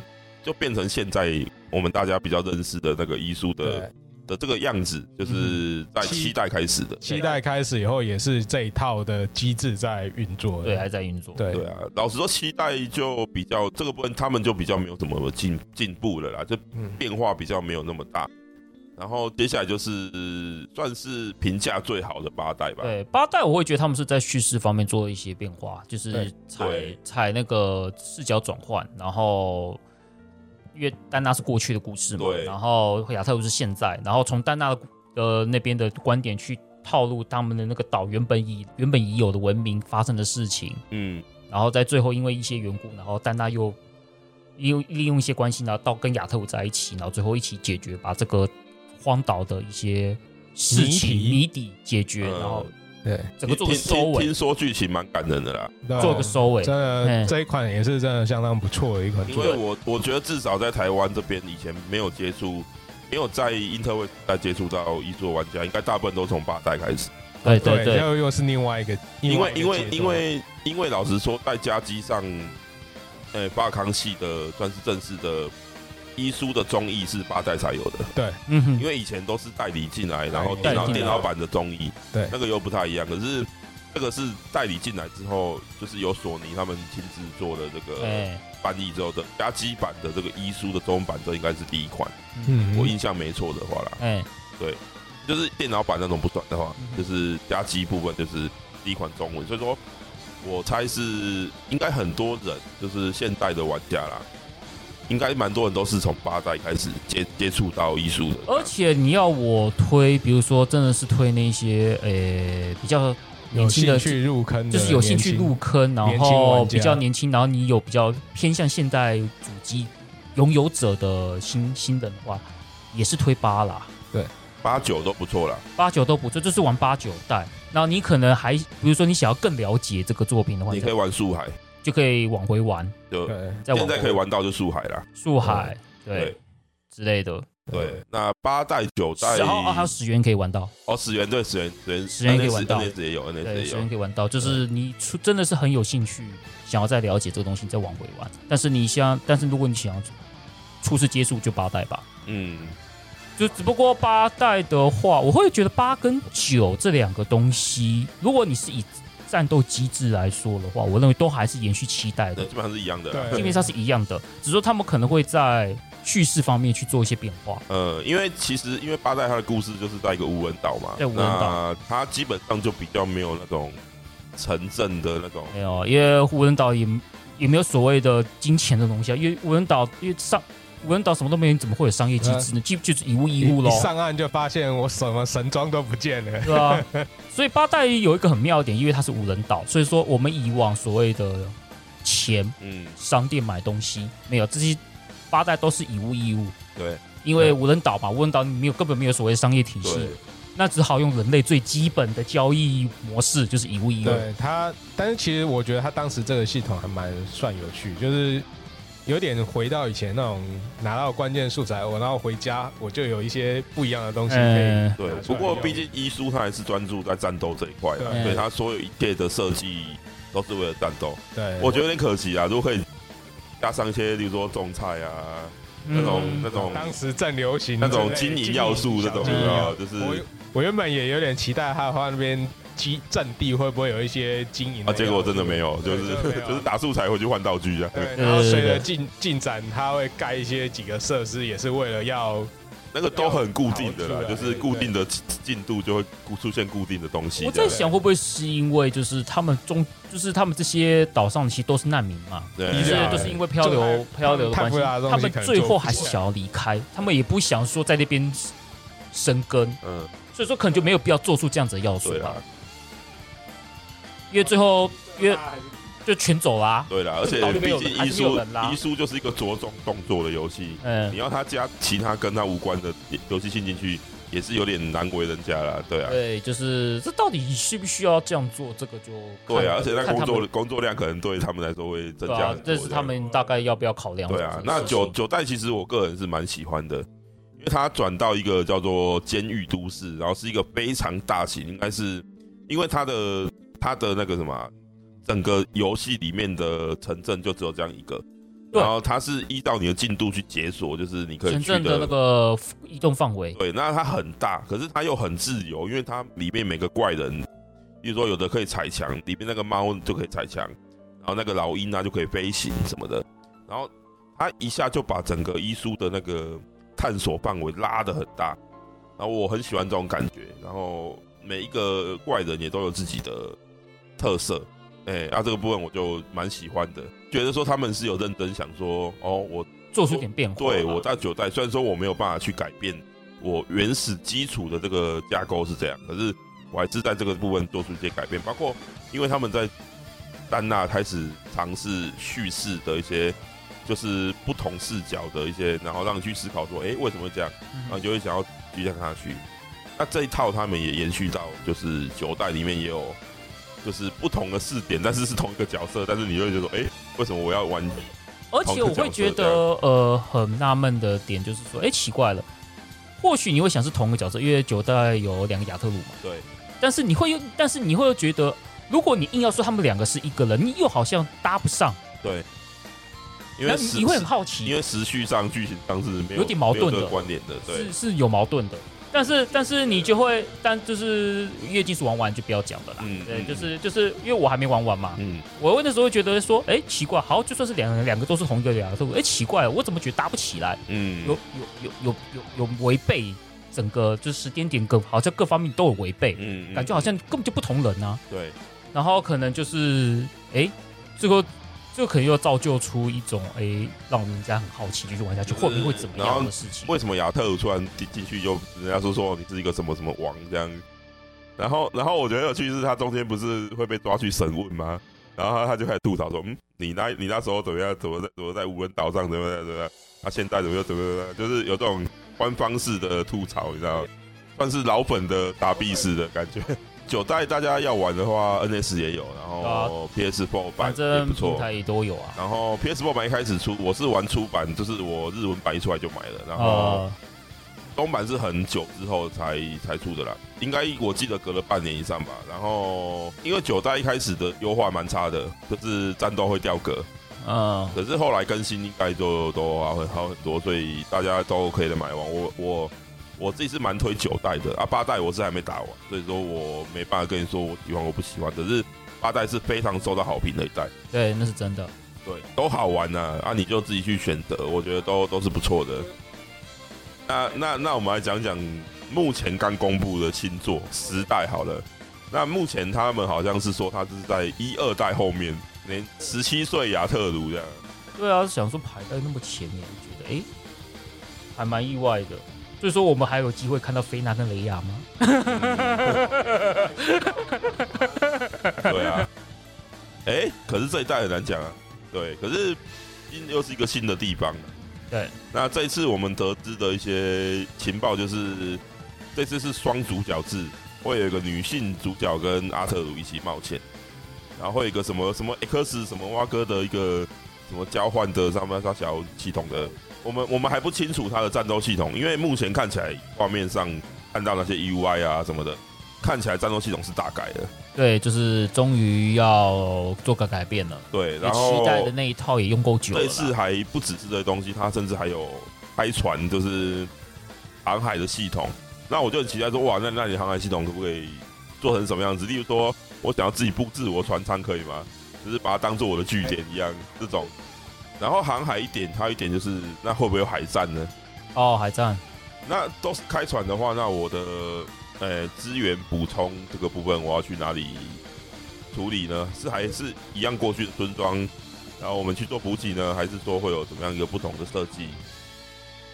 S1: 就变成现在我们大家比较认识的那个医术的
S3: 对，
S1: 的这个样子，就是在
S3: 七
S1: 七代开始的。
S3: 期待开始以后也是这一套的机制在运作的。
S2: 对，还在运作。
S3: 对
S1: 对啊，老实说，七代就比较这个部分，他们就比较没有什么进进步了啦，就
S3: 嗯
S1: 变化比较没有那么大。然后接下来就是算是评价最好的八代吧。
S2: 对八代，我会觉得他们是在叙事方面做了一些变化，就是
S3: 对
S2: 采
S1: 对
S2: 采那个视角转换，然后因为丹娜是过去的故事嘛，
S1: 对
S2: 然后亚特又是现在，然后从丹娜的呃那边的观点去套路他们的那个岛原本已原本已有的文明发生的事情，
S1: 嗯，
S2: 然后在最后因为一些缘故，然后丹娜又利用利用一些关系，然后到跟亚特伍在一起，然后最后一起解决把这个荒岛的一些事情
S3: 谜题
S2: 谜底解决，
S1: 嗯
S2: 然后
S3: 对，
S2: 整个做个
S1: 听
S2: 收
S1: 听
S2: 尾
S1: 听，说剧情蛮感人的啦，
S3: 对
S2: 做个收尾。
S3: 啊真的
S2: 嗯
S3: 这一款也是真的相当不错的一款
S1: 因
S3: 作
S1: 为
S3: 品。
S1: 我我觉得至少在台湾这边以前没有接触，没有在 Interway 再接触到一作玩家，应该大部分都从八代开始。
S2: 对对对，
S3: 又又是另外一个，
S1: 因为因
S3: 另外一
S1: 为
S3: 个阶段
S1: 因为因为老实说，在家机上，呃、霸康系的算是正式的医书的综艺是八代才有的，
S2: 嗯
S1: 因
S2: 哼，
S1: 为以前都是代理进来，然后
S3: 代
S1: 电
S3: 理
S1: 脑
S2: 进来
S1: 电脑版的综艺，
S3: 对
S1: 那个又不太一样。可是这个是代理进来之后，就是由索尼他们亲自做的这个
S2: 哎，
S1: 翻译之后的家机版的这个医书的中文版，这应该是第一款，
S3: 嗯
S1: 我印象没错的话啦，
S2: 哎，
S1: 就是电脑版那种不算的话
S2: 嗯，哼
S1: 就是加机部分就是第一款中文，所以说我猜是应该很多人就是现代的玩家啦，应该蛮多人都是从八代开始接接触到艺术的，
S2: 而且你要我推，比如说真的是推那些呃比较
S3: 有
S2: 年轻的
S3: 兴趣入坑的，
S2: 就是有兴趣
S3: 年轻
S2: 入坑，然
S3: 年轻
S2: 后
S3: 玩家
S2: 比较年轻，然后你有比较偏向现代主机拥有者的新新人的话，也是推八啦，
S1: 八九都不错啦。
S2: 八九都不错，就是玩八九代。然后你可能还，比如说你想要更了解这个作品的话，
S1: 你
S2: 你
S1: 可以玩树海，
S2: 就可以往回玩，
S1: 就
S3: 对
S2: 再往
S1: 现在
S2: 回
S1: 可以玩到就树海啦。
S2: 树海，对
S1: 对
S2: 之类的。
S1: 对，那八代九代，
S2: 然后哦，还有十元可以玩到，
S1: 哦十元对十元十元
S2: 十元可以
S1: NS
S2: 玩到
S1: NS 也有 NS
S2: 对，
S1: 也
S2: 十元
S1: 有，
S2: 可以玩到，就是你出真的是很有兴趣，想要再了解这个东西，再往回玩。但是你想，但是如果你想要初次接触，就八代吧。
S1: 嗯，
S2: 就只不过八代的话，我会觉得八跟九这两个东西，如果你是以战斗机制来说的话，我认为都还是延续七代
S1: 对，
S2: 的
S1: 基，本上是一样的啦。
S3: 对
S2: 基本上是一样的，只是说他们可能会在叙事方面去做一些变化。
S1: 呃，因为其实因为八代它的故事就是在一个无人岛嘛，
S2: 在无人
S1: 那
S2: 岛
S1: 它基本上就比较没有那种城镇的那种，
S2: 没有，因为无人岛也也没有所谓的金钱的东西啊，因为无人岛因为上无人岛什么都没有，你怎么会有商业机制呢？就就是一物一物
S3: 一
S2: 喽
S3: 啊一。上岸就发现我什么神装都不见了。
S2: 对啊，所以八代有一个很妙的点，因为它是无人岛，所以说我们以往所谓的钱
S1: 嗯，
S2: 商店买东西，没有这些八代都是以物易物，
S1: 对
S2: 因为无人岛嘛，无人岛你没有根本没有所谓的商业体
S1: 对
S2: 系，，那只好用人类最基本的交易模式，就是以物易物。
S3: 对他，但是其实我觉得他当时这个系统还蛮算有趣，就是有点回到以前那种拿到关键素材，我然后回家我就有一些不一样的东西可以。
S2: 嗯，
S1: 对
S3: 拿出
S1: 不
S3: 来。
S1: 过
S3: 用
S1: 毕竟医书它还是专注在战斗这一块啦，
S3: 对
S1: 所以它所有一切的设计都是为了战斗，
S3: 对，
S1: 我觉得有点可惜啊，如果可以加上一些，例如说种菜
S3: 嗯
S1: 啊，
S2: 嗯
S1: 那种那种
S3: 当时正流行
S1: 那种
S3: 之类
S1: 经营要素这种，
S3: 经营
S2: 有没
S1: 啊
S3: 要，
S1: 就是
S3: 我我原本也有点期待他的话那边基阵地会不会有一些经营的
S1: 啊，结果真的没有，
S3: 对
S1: 就
S3: 真的
S1: 是
S3: 没有
S1: 就是打素材回去换道具这样。
S3: 对，然后随
S2: 对
S3: 着
S2: 对
S3: 进进展，他会盖一些几个设施，也是为了要
S1: 那个都很固定的
S3: 要
S1: 啦，
S3: 跑出
S1: 就
S3: 来
S1: 是固定的进度就会固出现固定的东西
S2: 我
S1: 这样。
S2: 在想会不会是因为就是他们中就是他们这些岛上其实都是难民嘛，
S1: 对啊
S2: 这些
S3: 对
S2: 人都是因为漂流
S3: 就
S2: 漂流的
S3: 他
S2: 关系，
S3: 们太复杂的东西
S2: 他们
S3: 可能
S2: 最后
S3: 做不
S2: 还是
S3: 出来
S2: 想要离开，他们也不想说在那边生根，
S1: 嗯，
S2: 所以说可能就没有必要做出这样子的要素
S1: 对啊啦
S2: 吧，，因为最后因为
S3: 还是
S2: 就全走啦、
S1: 对啦，而且
S2: 岛就没
S1: 毕
S2: 有
S1: 竟
S2: 还
S1: 医
S2: 是没有
S1: 书
S2: 人啦
S1: 医书就是一个着重动作的游戏，你
S2: 嗯，
S1: 要他加其他跟他无关的游戏性进去，也是有点难为人家啦。对啊，
S2: 对，就是这到底需不需要这样做，这个就看
S1: 对啊，而且那
S2: 看
S1: 工
S2: 他
S1: 作
S2: 们
S1: 工作量可能对他们来说会增
S2: 对
S1: 加
S2: 啊
S1: 很，多
S2: 这
S1: 样。
S2: 是他们大概要不要考量的
S1: 对
S2: 事
S1: 啊
S2: 情。，
S1: 那九九代其实我个人是蛮喜欢的，因为它转到一个叫做监狱都市，然后是一个非常大型，应该是因为它的它的那个什么啊，整个游戏里面的城镇就只有这样一个，
S2: 对
S1: 然后它是依照你的进度去解锁，就是你可以
S2: 前
S1: 去
S2: 阵的那个移动范围，
S1: 对，那它很大，可是它又很自由，因为它里面每个怪人，比如说有的可以踩墙，里面那个猫就可以踩墙，然后那个老鹰啊就可以飞行什么的，然后它一下就把整个医书的那个探索范围拉得很大，然后我很喜欢这种感觉，然后每一个怪人也都有自己的特色，哎、啊这个部分我就蛮喜欢的，觉得说他们是有认真想说，哦，我
S2: 做出点变化。
S1: 对我到九代，虽然说我没有办法去改变我原始基础的这个架构是这样，可是我还是在这个部分做出一些改变，包括因为他们在丹娜开始尝试叙事的一些。就是不同视角的一些，然后让你去思考说，哎、为什么会这样？然后
S2: 嗯
S1: 你就会想要继续看下去。那这一套他们也延续到就是九代里面也有，就是不同的视点，但是是同一个角色，但是你就会觉得说，哎、为什么我要玩？
S2: 而且我会觉得，呃，很纳闷的点就是说，哎、奇怪了，或许你会想是同一个角色，因为九代有两个亚特鲁嘛，
S1: 对，
S2: 但是你会又，但是你会又觉得，如果你硬要说他们两个是一个人，你又好像搭不上，
S1: 因为
S2: 然后
S1: 时
S2: 你你会很好奇，
S1: 因为时序上、剧情上是没有
S2: 嗯有点矛盾的
S1: 没有这个关联的，对
S2: 是，是有矛盾的。但是但是你就会，但就是月金属玩完就不要讲了啦。
S1: 嗯
S2: 对，
S1: 嗯
S2: 就是就是因为我还没玩完嘛，
S1: 嗯，
S2: 我那时候会觉得说，哎、奇怪，好，就算是两个人，两个都是同一个亚特鲁，哎、奇怪，我怎么觉得搭不起来？
S1: 嗯，
S2: 有有有有有有违背整个就是时间点各好像各方面都有违背，
S1: 嗯，嗯
S2: 感觉好像根本就不同人啊。
S1: 对，
S2: 然后可能就是哎，最后这可能又造就出一种哎，让我们人家很好奇继续玩下去
S1: 就是
S2: 会不会怎么
S1: 然
S2: 样
S1: 后
S2: 的事情。
S1: 为什么亚特鲁突然进进去就人家说说你是一个什么什么王这样？然后，然后我觉得有趣是，他中间不是会被抓去审问吗？然后他他就开始吐槽说：“嗯，你那你那时候怎么样？怎么在怎么在无人岛上？怎么样？怎么样？啊，现在怎么又怎么样？就是有这种官方式的吐槽，你知道吗？算是老粉的打币式的感觉。九代大家要玩的话，NS 也有，然后 PS4 版
S2: 啊反
S1: 也
S2: 正
S1: 不
S2: 平
S1: 错。
S2: 台也都有啊。
S1: 然后 PS4 版一开始出，我是玩出版，就是我日文版一出来就买了，然后
S2: 呃，
S1: 东版是很久之后才才出的啦，应该我记得隔了半年以上吧。然后因为九代一开始的优化蛮差的，就是战斗会掉格，
S2: 嗯，
S1: 可是后来更新应该就都好很好很多，所以大家都可以来买完。我我我自己是蛮推九代的啊，八代我是还没打完，所以说我没办法跟你说我喜欢我不喜欢，可是八代是非常受到好评的一代。
S2: 对，那是真的。
S1: 对，都好玩呐、啊，你就自己去选择，我觉得都都是不错的。那那那我们来讲讲目前刚公布的新作《时代》好了。那目前他们好像是说，他是在一二代后面，连十七岁亚特鲁这样。
S2: 对啊，想说排在那么前面，我觉得哎，还蛮意外的。所以说，我们还有机会看到菲娜跟雷亚吗？
S1: 对 啊，哎、可是这一代很难讲啊。对，可是新又是一个新的地方、啊、
S2: 对，
S1: 那这一次我们得知的一些情报就是，这次是双主角制，会有一个女性主角跟阿特鲁一起冒险，然后会有一个什么什么 X 什么蛙哥的一个什么交换的上面它小系统的，我们我们还不清楚它的战斗系统，因为目前看起来画面上看到那些 UI 啊什么的，看起来战斗系统是大改的。
S2: 对，就是终于要做个改变了。
S1: 对，
S2: 也
S1: 然后
S2: 期待的那一套也用够久了
S1: 这
S2: 啦。
S1: 次还不只是这些东西，它甚至还有开船，就是航海的系统。那我就很期待说，哇，那那你航海系统可不可以做成什么样子？例如说，我想要自己布置我船舱，可以吗？就是把它当做我的据点一样这种。然后航海一点，还有一点就是，那会不会有海战呢？
S2: 哦，海战，
S1: 那都是开船的话，那我的呃资源补充这个部分，我要去哪里处理呢？是还是一样过去的村庄，然后我们去做补给呢，还是说会有怎么样一个不同的设计？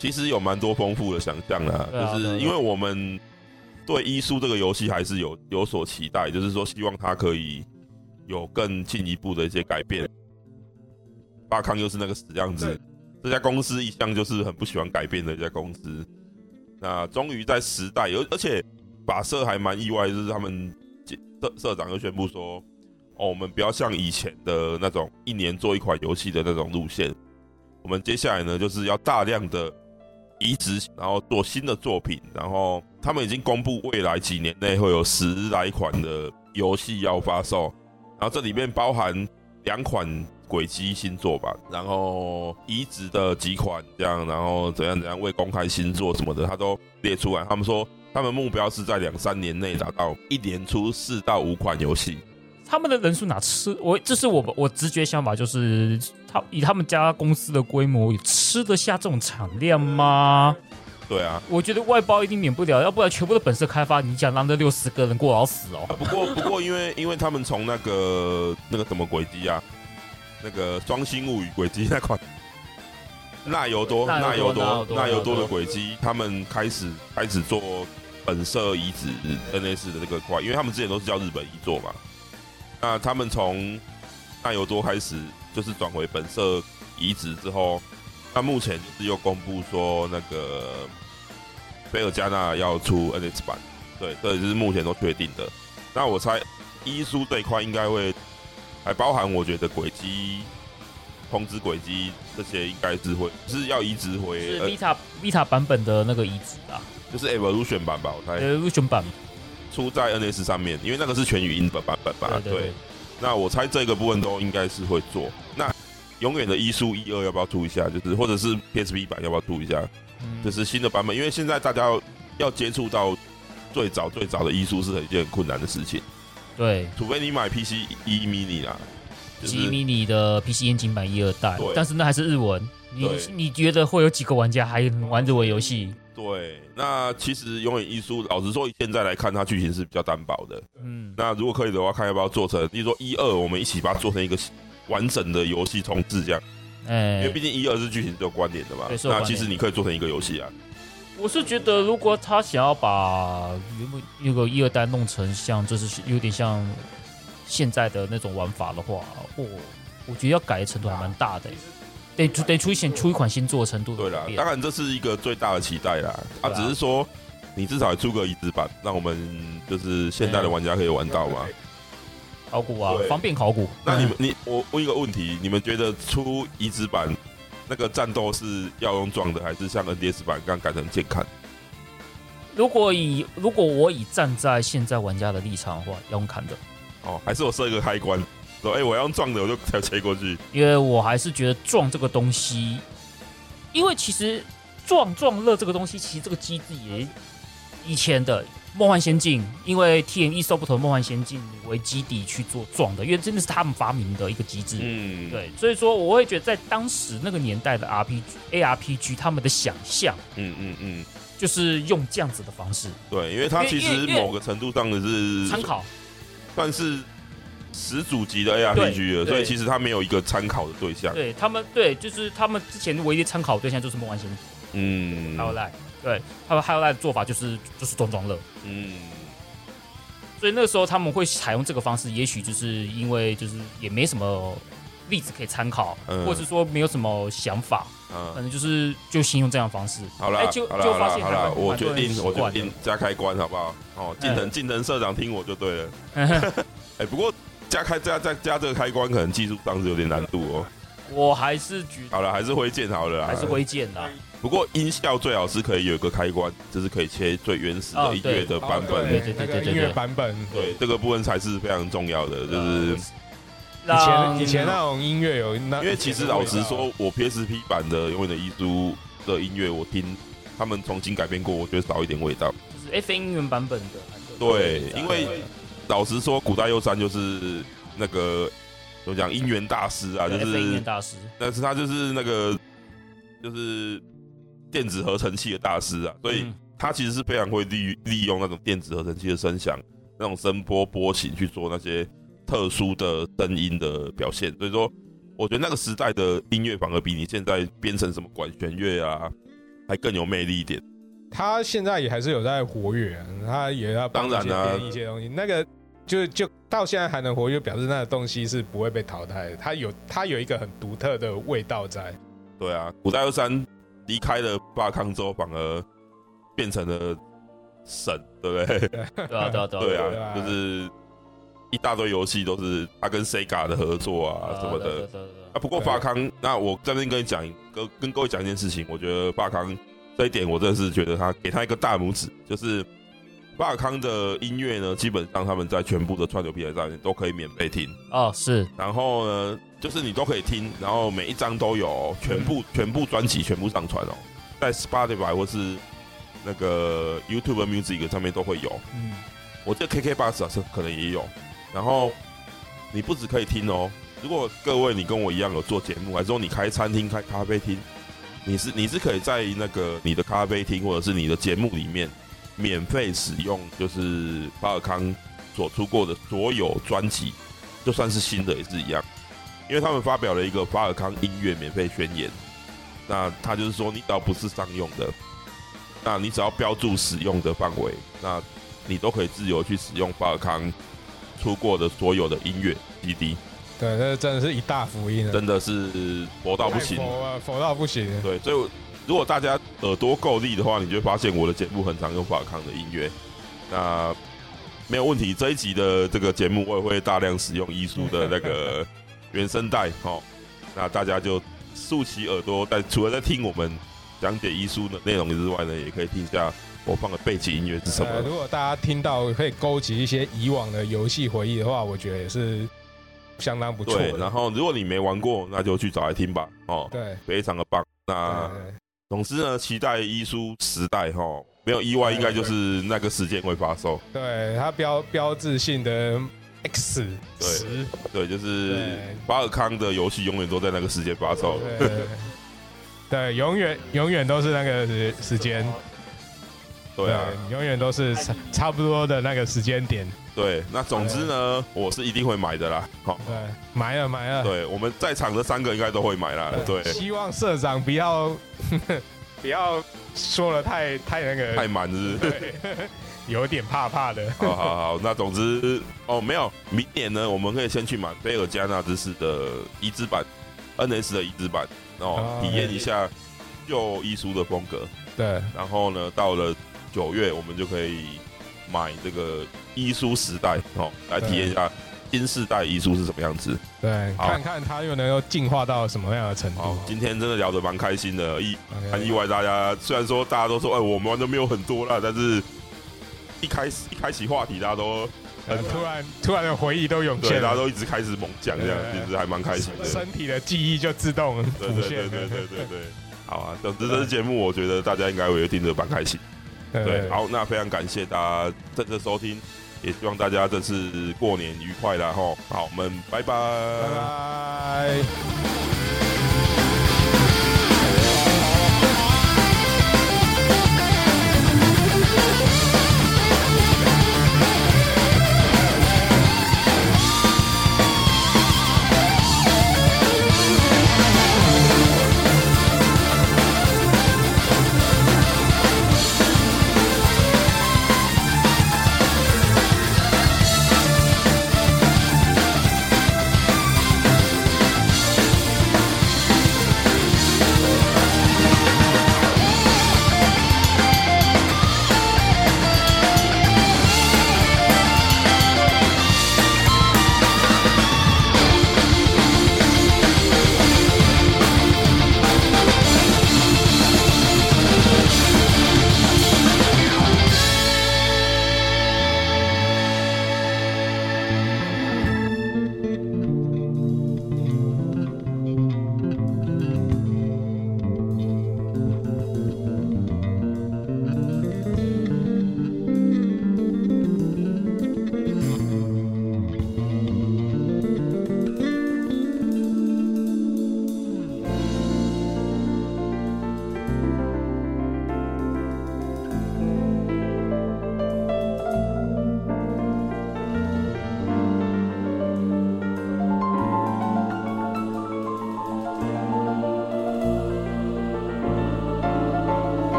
S1: 其实有蛮多丰富的想象啦，
S2: 对啊
S1: 就是因为我们对医书这个游戏还是有有所期待，就是说希望它可以有更进一步的一些改变。巴康又是那个死样子，这家公司一向就是很不喜欢改变的一家公司。那终于在时代，而而且法社还蛮意外，就是他们社社长又宣布说，哦，我们不要像以前的那种一年做一款游戏的那种路线，我们接下来呢就是要大量的移植，然后做新的作品，然后他们已经公布未来几年内会有十来款的游戏要发售，然后这里面包含两款轨迹新作吧，然后移植的几款这样，然后怎样怎样未公开新作什么的，他都列出来。他们说他们目标是在两三年内达到一年出四到五款游戏。
S2: 他们的人数哪吃？我这是我我直觉想法，就是他以他们家公司的规模，吃得下这种产量吗？
S1: 对啊，
S2: 我觉得外包一定免不了，要不然全部的本色开发，你想让这六十个人过劳死哦
S1: 啊， 不过不过因为因为他们从那个那个什么轨迹啊，那个《双星物语》轨迹那款。纳尤多、
S2: 纳
S1: 尤
S2: 尤多纳尤多
S1: 纳尤多
S2: 纳
S1: 的
S2: 尤多
S1: 轨迹，他们开始开始做本色移植 NS 的这个块，因为他们之前都是叫日本一做嘛。那他们从纳尤多开始就是转回本色移植之后，那目前就是又公布说那个贝尔加纳要出 NS 版，对，这也是目前都确定的。那我猜医书这一块应该会还包含，我觉得轨迹、通知轨迹这些应该是会是要移植回，
S2: 是
S1: 呃、
S2: Vita Vita 版本的那个移植啊，
S1: 就是 Evolution 版吧，我猜
S2: 呃，Vision 版，
S1: 出在 NS 上面，因为那个是全语音的版本吧
S2: 对，对对，
S1: 那我猜这个部分都应该是会做。那永远的一书一二要不要出一下？就是或者是 PSP 版要不要出一下？
S2: 嗯
S1: 就是新的版本，因为现在大家要要接触到最早最早的医书是一件很困难的事情，
S2: 对。
S1: 除非你买 PC 一 mini 啦，就是
S2: G E mini 的 PC 引擎版一二代
S1: 对，
S2: 但是那还是日文。你
S1: 对
S2: 你觉得会有几个玩家还玩日文游戏？
S1: 对。那其实永远一书，老实说，以现在来看，它剧情是比较单薄的。
S2: 嗯，
S1: 那如果可以的话，看要不要做成，例如说一二，我们一起把它做成一个完整的游戏重置这样，因
S2: 哎
S1: 为，毕竟一二是剧情是有关联的嘛
S2: 对。是有
S1: 那
S2: 关
S1: 其实
S2: 联
S1: 你可以做成一个游戏啊。
S2: 我是觉得如果他想要把原本那个一二代弄成像，就是有点像现在的那种玩法的话，我我觉得要改的程度还蛮大的、得出得出现出一款新作的程度
S1: 对
S2: 的
S1: 啦
S2: 改，变
S1: 当然这是一个最大的期待啦。啊，
S2: 对啊
S1: 只是说你至少也出个移植版，让我们就是现代的玩家可以玩到嘛。
S2: 考古啊
S1: 对，
S2: 方便考古。嗯
S1: 那你们，你我问一个问题，你们觉得出移植版那个战斗是要用撞的，还是像 NDS 版刚改成健看？
S2: 如果以如果我以站在现在玩家的立场的话，要用砍的，
S1: 哦，还是我设一个开关，说哎、我要用撞的，我就才切过去。
S2: 因为我还是觉得撞这个东西，因为其实撞撞乐这个东西，其实这个机制也以前的《梦幻仙境》，因为 TME 收不同《梦幻仙境》为基底去做撞的，因为真的是他们发明的一个机制。
S1: 嗯，
S2: 对，所以说我会觉得在当时那个年代的 RPG、ARPG，他们的想象
S1: 嗯嗯嗯，
S2: 就是用这样子的方式
S1: 对，因为它
S2: 因为
S1: 其
S2: 因
S1: 实
S2: 为因为
S1: 某个程度上的是
S2: 参考。
S1: 算是始祖级的 ARPG 了，
S2: 对
S1: 所以其实它没有一个参考的对象。
S2: 对他们，对，就是他们之前唯一的参考对象就是《梦幻仙境
S1: 嗯》
S2: 还有赖，对，还有还有赖的做法就是就是撞撞乐。
S1: 嗯。
S2: 所以那时候他们会采用这个方式，也许就是因为就是也没什么例子可以参考，
S1: 嗯
S2: 或者是说没有什么想法，可
S1: 嗯，
S2: 能就是就先用这样的 方式。
S1: 好啦，
S2: 哎就
S1: 好啦，
S2: 就
S1: 好
S2: 发
S1: 啦，
S2: 现
S1: 好
S2: 还
S1: 啦，
S2: 蛮
S1: 我
S2: 蛮
S1: 决
S2: 多人
S1: 定，
S2: 习
S1: 我
S2: 惯
S1: 决
S2: 的嗯
S1: 定加开关，好不好？哦，近藤近藤社长听我就对了。哎，不过加开加加加这个开关，可能技术上是有点难度哦。
S2: 我还是觉得
S1: 好了，还是挥剑好了啦，
S2: 还是挥剑啦，
S1: 不过音效最好是可以有一个开关，就是可以切最原始
S2: 哦
S1: 的音乐的版
S3: 哦
S1: 本。
S2: 对
S3: 那个音乐版本，
S1: 对，这个部分才是非常重要的，就是
S3: 以
S2: 让
S3: 前以前那啊种音乐有
S2: 啊
S3: 那，
S1: 因为其实老实说，我 PSP 版的《永远的遗珠》的音乐，我听他们重新改编过，我觉得少一点味道。
S2: 就是 F N 原版本的，
S1: 对
S2: 就是这样
S1: 因为老实说，古代优三就是那个怎么讲姻缘大师啊，就
S2: F N 音乐
S1: 是，
S2: 大师，
S1: 但是他就是那个就是电子合成器的大师啊，所以
S2: 嗯
S1: 他其实是非常会利利用那种电子合成器的声响、那种声波波形去做那些特殊的声音的表现。所以说，我觉得那个时代的音乐反而比你现在编成什么管弦乐啊，还更有魅力一点。
S3: 他现在也还是有在活跃啊，他也要帮
S1: 当然啊
S3: 一些编一些东西，那个就就到现在还能活跃，表示那个东西是不会被淘汰的，它有它有一个很独特的味道在。
S1: 对啊，古代二三离开了巴康之后，反而变成了神，对不对？
S2: 对啊对啊对啊
S1: 对
S3: 对
S1: 啊，
S3: 啊
S1: 就是一大堆游戏都是他跟 Sega 的合作啊什么
S2: 对啊对
S1: 的
S2: 啊。对啊对
S1: 啊，
S2: 啊
S1: 不过
S3: 对啊
S1: 巴康，那我这边跟你讲一个，跟各位讲一件事情，我觉得巴康这一点，我真的是觉得他给他一个大拇指，就是巴康的音乐呢，基本上他们在全部的串流平台上面都可以免费听。
S2: 哦是
S1: 然后呢，就是你都可以听，然后每一张都有哦、全部全部专辑全部上传哦，在 Spotify 或是那个 YouTube Music 上面都会有。
S2: 嗯
S1: 我这 KK Bus 啊是可能也有。然后你不只可以听哦，如果各位你跟我一样有做节目，还是说你开餐厅、开咖啡厅，你是你是可以在那个你的咖啡厅或者是你的节目里面免费使用，就是巴尔康所出过的所有专辑，就算是新的也是一样，因为他们发表了一个巴尔康音乐免费宣言，那他就是说你只要不是商用的，那你只要标注使用的范围，那你都可以自由去使用巴尔康出过的所有的音乐 CD，
S3: 对，那真的是一大福音啊，
S1: 真的是佛到不
S3: 太
S1: 行。
S3: 佛啊，佛到不行。
S1: 对，所以我如果大家耳朵够力的话，你就会发现我的节目很常用法康的音乐。那没有问题，这一集的这个节目我也会大量使用艺术的那个原声带哦。那大家就竖起耳朵，在除了在听我们讲解艺术的内容之外呢，也可以听一下我放的背景音乐是什么。
S3: 呃，如果大家听到可以勾起一些以往的游戏回忆的话，我觉得也是相当不错的。
S1: 对，然后如果你没玩过，那就去找来听吧哦，
S3: 对
S1: 非常的棒。那
S3: 对对
S1: 总之呢，期待医书时代哈、哦，没有意外，应该就是那个时间会发售。
S3: 对，它标标志性的 X
S1: 对
S3: 十，
S1: 对，就是
S3: 对
S1: 巴尔康的游戏永远都在那个时间发售。
S3: 对对对对，永远永远都是那个时时间，
S1: 对啊，，
S3: 永远都是差差不多的那个时间点。
S1: 对。那总之呢，我是一定会买的啦。好，
S3: 对，买了买了。
S1: 对我们在场的三个应该都会买啦。对，
S3: 希望社长不要 不要说的太太那
S1: 太
S3: 个，
S1: 满是不是。
S3: 对，有点怕怕的。
S1: 好好好，那总之哦，没有，明年呢，我们可以先去买贝尔加纳之士的移植版，NS 的移植版哦
S3: 啊，
S1: 体验一下旧艺术的风格。
S3: 对，
S1: 然后呢，到了九月，我们就可以买这个医书时代哦，来体验一下新时代医书是什么样子。
S3: 对，
S1: 好
S3: 看看它又能够进化到什么样的程度。
S1: 好，哦今天真的聊得蛮开心的，意
S3: OK
S1: 很意外，大家虽然说大家都说，哎，我们玩的没有很多啦，但是一开始一开启话题，大家都
S3: 呃
S1: 很
S3: 突然突然的回忆都涌
S1: 对，
S3: 现
S1: 大家
S3: 了，
S1: 都一直开始猛讲，这样
S3: 对
S1: 其实还蛮开心的。
S3: 身体的记忆就自动
S1: 对对
S3: 浮
S1: 对
S3: 现。
S1: 对对对对，好啊，总之这次节目，我觉得大家应该会听得蛮开心。
S3: 对
S1: 对，好，那非常感谢大家这次收听，也希望大家这次过年愉快啦吼。好，我们拜拜
S3: 拜拜。